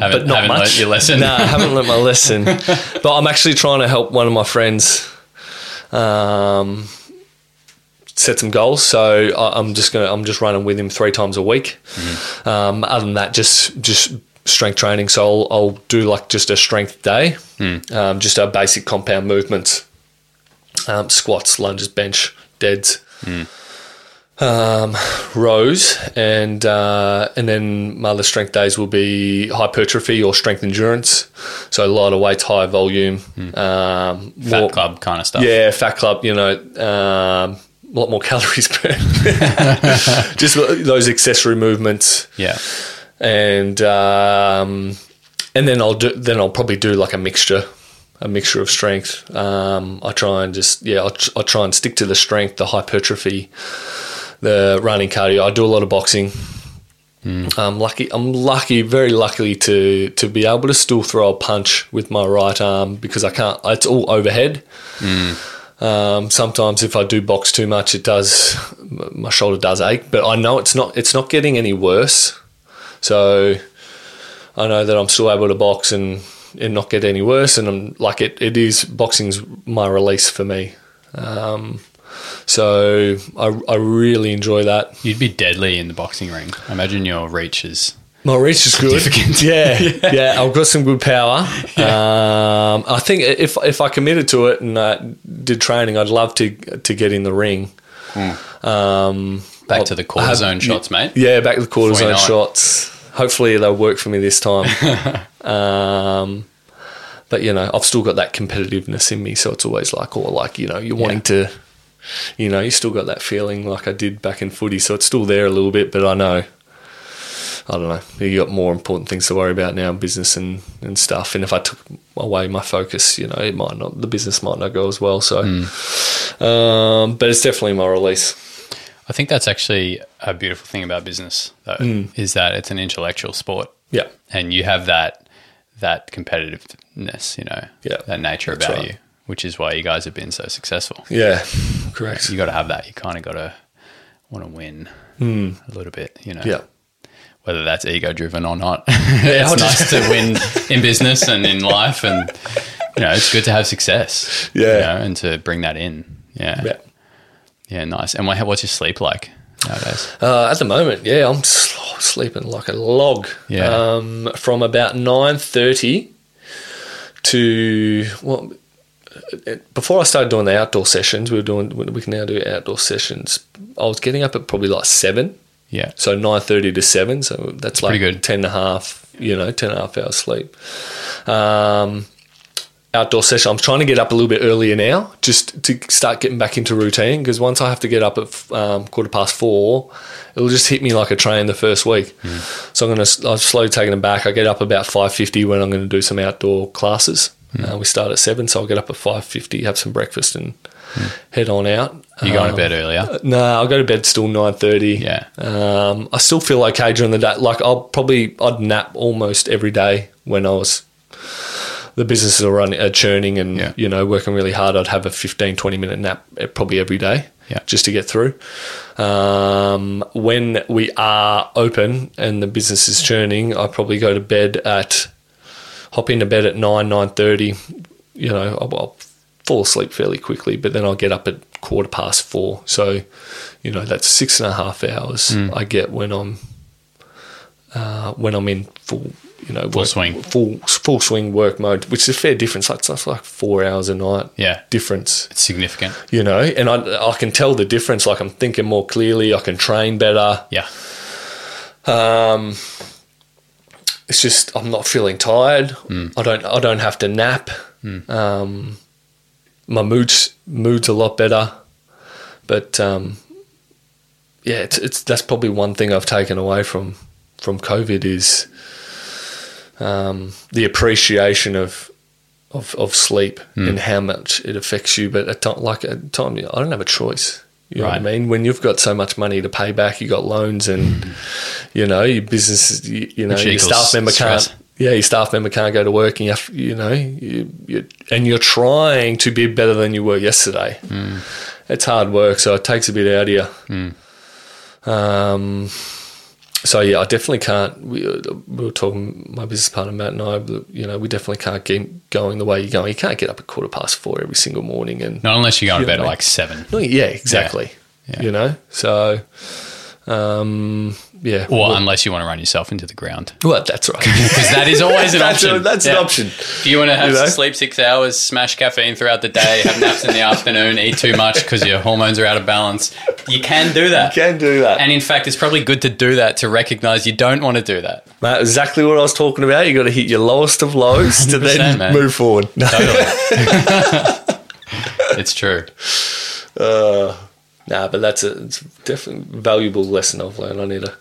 A: Haven't-
B: but not
A: haven't
B: much.
A: learnt your lesson.
B: No, I haven't learnt my lesson. But I'm actually trying to help one of my friends um, set some goals. So I, I'm just gonna I'm just running with him three times a week. Um, other than that, just just strength training. So I'll, I'll do like just a strength day,
A: Hmm.
B: um, just our basic compound movements, um, squats, lunges, bench, deads.
A: Hmm.
B: Um, rows and uh, and then my other strength days will be hypertrophy or strength endurance, so a lot of weights, high volume, um,
A: Hmm. Fat
B: more-
A: club kind of stuff.
B: yeah, fat club. You know, um, a lot more calories burned. Just those accessory movements,
A: Yeah.
B: and um, and then I'll do. Then I'll probably do like a mixture. A mixture of strength. Um, I try and just yeah, I, tr- I try and stick to the strength, the hypertrophy, the running cardio. I do a lot of boxing. I'm lucky. I'm lucky, very lucky to to be able to still throw a punch with my right arm because I can't. It's all overhead. Um, sometimes if I do box too much, it does. My shoulder does ache, but I know it's not. It's not getting any worse. So I know that I'm still able to box and and not get any worse. And I'm like it. It is boxing's my release for me. Um, so I I really enjoy that.
A: You'd be deadly in the boxing ring. I imagine your reach is.
B: My reach is good.
A: Significant.
B: Yeah, yeah, I've got some good power. Um, I think if if I committed to it and uh, did training, I'd love to to get in the ring. Um,
A: Back
B: I'll-
A: to the
B: I
A: quarter
B: have-
A: zone shots, mate.
B: Yeah, back to the quarter zone
A: 49.
B: shots. Hopefully they'll work for me this time. um, but you know, I've still got that competitiveness in me, so it's always like, or like you know, you're wanting to. You know, you still got that feeling like I did back in footy, so it's still there a little bit. But I know I don't know. You got more important things to worry about now, business and, and stuff. And if I took away my focus, you know, it might not the business might not go as well. So,
A: Hmm.
B: um, but it's definitely my release.
A: I think that's actually a beautiful thing about business, though,
B: Mm.
A: is that it's an intellectual sport.
B: Yeah,
A: and you have that that competitiveness, you know,
B: Yeah,
A: that nature
B: that's
A: about
B: right.
A: you, which is why you guys have been so successful.
B: Yeah, correct.
A: You got to have that. You kind of got to want to win a little bit, you know.
B: Hmm. Yeah.
A: Whether that's ego driven or not, it's nice to win in business and in life, and you know it's good to have success. you
B: Yeah.
A: know, and to bring that in. Yeah,
B: Yeah.
A: Yeah, nice. And what, what's your sleep like nowadays?
B: Uh, at the moment, yeah, I'm sl- sleeping like a log.
A: Yeah.
B: Um, from about nine thirty to well, it- before I started doing the outdoor sessions, we were doing we can now do outdoor sessions. I was getting up at probably like seven,
A: Yeah,
B: so nine thirty to seven. So that's like
A: pretty good.
B: ten and a half, you know, ten and a half hours sleep. Um, outdoor session. I'm trying to get up a little bit earlier now, just to start getting back into routine. Because once I have to get up at um, quarter past four, it'll just hit me like a train the first week.
A: Hmm.
B: So I'm gonna s- I'm slowly taking them back. I get up about five fifty when I'm going to do some outdoor classes.
A: Hmm.
B: Uh, we start at seven, so I'll get up at five fifty, have some breakfast, and head on out.
A: Hmm. you going to
B: Um,
A: bed earlier?
B: no, I'll go to bed still nine thirty.
A: Yeah.
B: um, I still feel okay during the day. Like I'll probably I'd nap almost every day when I was the businesses are running, are churning, and
A: Yeah.
B: you know working really hard. I'd have a 15, 20 minute nap eh, probably every day.
A: Yeah.
B: just to get through. Um, when we are open and the business is churning, I probably go to bed at hop into bed at nine nine thirty. You know, I'll, I'll fall asleep fairly quickly, but then I'll get up at quarter past four. So, you know, that's six and a half hours
A: Hmm.
B: I get when I'm uh, when I'm in full. You know, full
A: swing.
B: full full swing work mode, which is a fair difference. Like that's like four hours a night
A: Yeah.
B: difference
A: It's significant.
B: you know, and I, I can tell the difference. Like I'm thinking more clearly, I can train better.
A: Yeah.
B: It's just I'm not feeling tired. I don't I don't have to nap. Um, my mood's mood's a lot better, but um, yeah, it's, it's that's probably one thing I've taken away from from COVID is um, the appreciation of. Of, of sleep and how much it affects you, but at time, like at time, I don't have a choice. You know what I
A: Right.
B: mean? When you've got so much money to pay back, you got loans, and you know your business, is- you, you know
A: Which
B: your
A: equals
B: staff member
A: stress.
B: can't. Yeah, your staff member can't go to work, and you, have, you know, you, you, and you're trying to be better than you were yesterday.
A: Hmm.
B: It's hard work, so it takes a bit out of you.
A: Hmm.
B: Um, so yeah, I definitely can't. We, we were talking, my business partner Matt and I. You know, we definitely can't keep going the way you're going. You can't get up at quarter past four every single morning, and
A: Not unless you go to bed at
B: know.
A: like seven.
B: no, yeah, exactly.
A: Yeah.
B: You know, so um, yeah.
A: Or
B: well,
A: unless you want to run yourself into the ground.
B: well, that's right.
A: Because that is always an
B: That's a-
A: option.
B: that's an option.
A: If you want to have
B: You know?
A: sleep six hours, smash caffeine throughout the day, have naps in the afternoon, eat too much because your hormones are out of balance, you can do that.
B: Can do that.
A: And in fact, it's probably good to do that to recognize you don't want to do that.
B: Mate, exactly what I was talking about. You got to hit your lowest of lows to
A: 100%,
B: then
A: man.
B: move forward. No,
A: Totally. it's true.
B: Uh, nah, but that's a it's definitely valuable lesson I've learned. I need to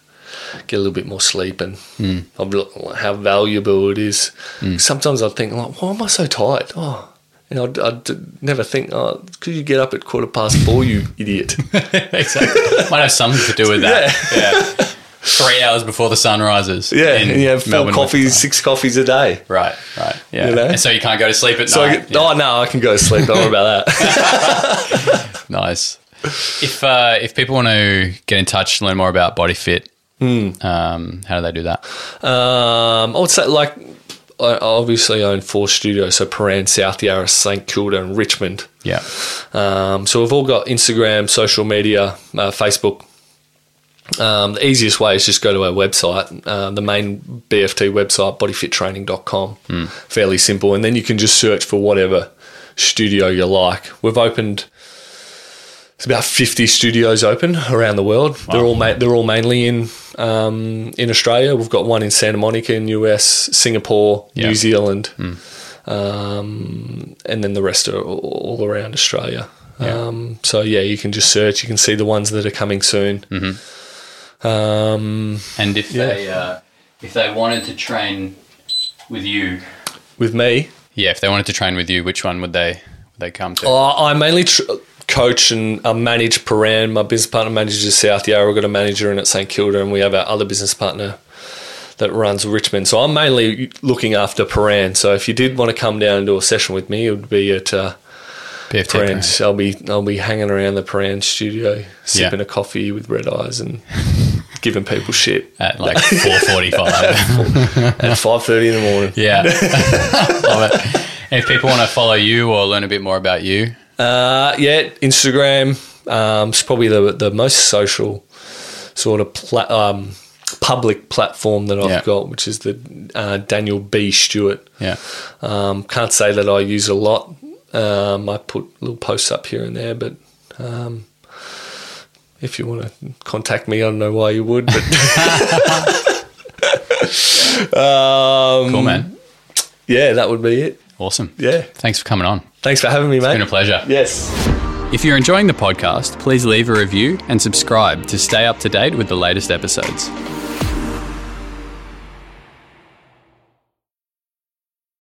B: get a little bit more sleep and
A: Hmm.
B: I've looked at how valuable it is. Sometimes I think like, why am I so tired? Oh, and I'd, I'd never think, oh, could you get up at quarter past four, you idiot?
A: exactly. Might have something to do with that. Yeah. Three hours before the sun rises.
B: Yeah,
A: in
B: and you have four
A: Melbourne with-
B: coffees, six coffees a day.
A: Right, right. Yeah.
B: You know?
A: And so you can't go to sleep at
B: So I
A: night.
B: get,
A: Yeah.
B: oh no, I can go to sleep. Don't worry about that.
A: Nice. If uh, if people want to get in touch, learn more about Body Fit,
B: Hmm.
A: um, how do they do that?
B: Um, I would say like I I obviously own four studios, so Paran, South Yarra, St Kilda, and Richmond.
A: Yeah,
B: Um, so we've all got Instagram, social media, uh, Facebook. Um, the easiest way is just go to our website, uh, the main BFT website, bodyfittraining.com. Fairly simple. And then you can just search for whatever studio you like. We've opened. It's about fifty studios open around the world. They're all ma- they're all mainly in um, in Australia. We've got one in Santa Monica in US, Singapore,
A: Yeah.
B: New Zealand, um, and then the rest are all, all around Australia. Um, so yeah, you can just search. You can see the ones that are coming soon. Um,
A: and if they uh, if they wanted to train with you,
B: with me,
A: yeah, if they wanted to train with you, which one would they would they come to?
B: Uh, I mainly tr- coach and I manage Paran. My business partner manages South Yarra. We've got a manager in at St Kilda, and we have our other business partner that runs Richmond. So I'm mainly looking after Paran. So if you did want to come down and do a session with me, it would be at uh,
C: PFT
B: Prans. I'll be I'll be hanging around the Pran studio, sipping a coffee with red eyes and giving people shit
C: at like 4.45.
B: at five thirty in the morning.
C: yeah. Love it. If people want to follow you or learn a bit more about you,
B: Uh, yeah, Instagram. Um, it's probably the the most social sort of pla- um, public platform that I've
C: Yeah.
B: got, which is the uh, Daniel B Stewart.
C: yeah.
B: Um, can't say that I use a lot. Um, I put little posts up here and there, but um, if you want to contact me, I don't know why you would. But um,
C: Cool, man.
B: yeah, that would be it.
C: Awesome.
B: Yeah,
C: Thanks for coming on.
B: thanks for having me, mate.
C: It's been a pleasure.
B: Yes.
A: If you're enjoying the podcast, please leave a review and subscribe to stay up to date with the latest episodes.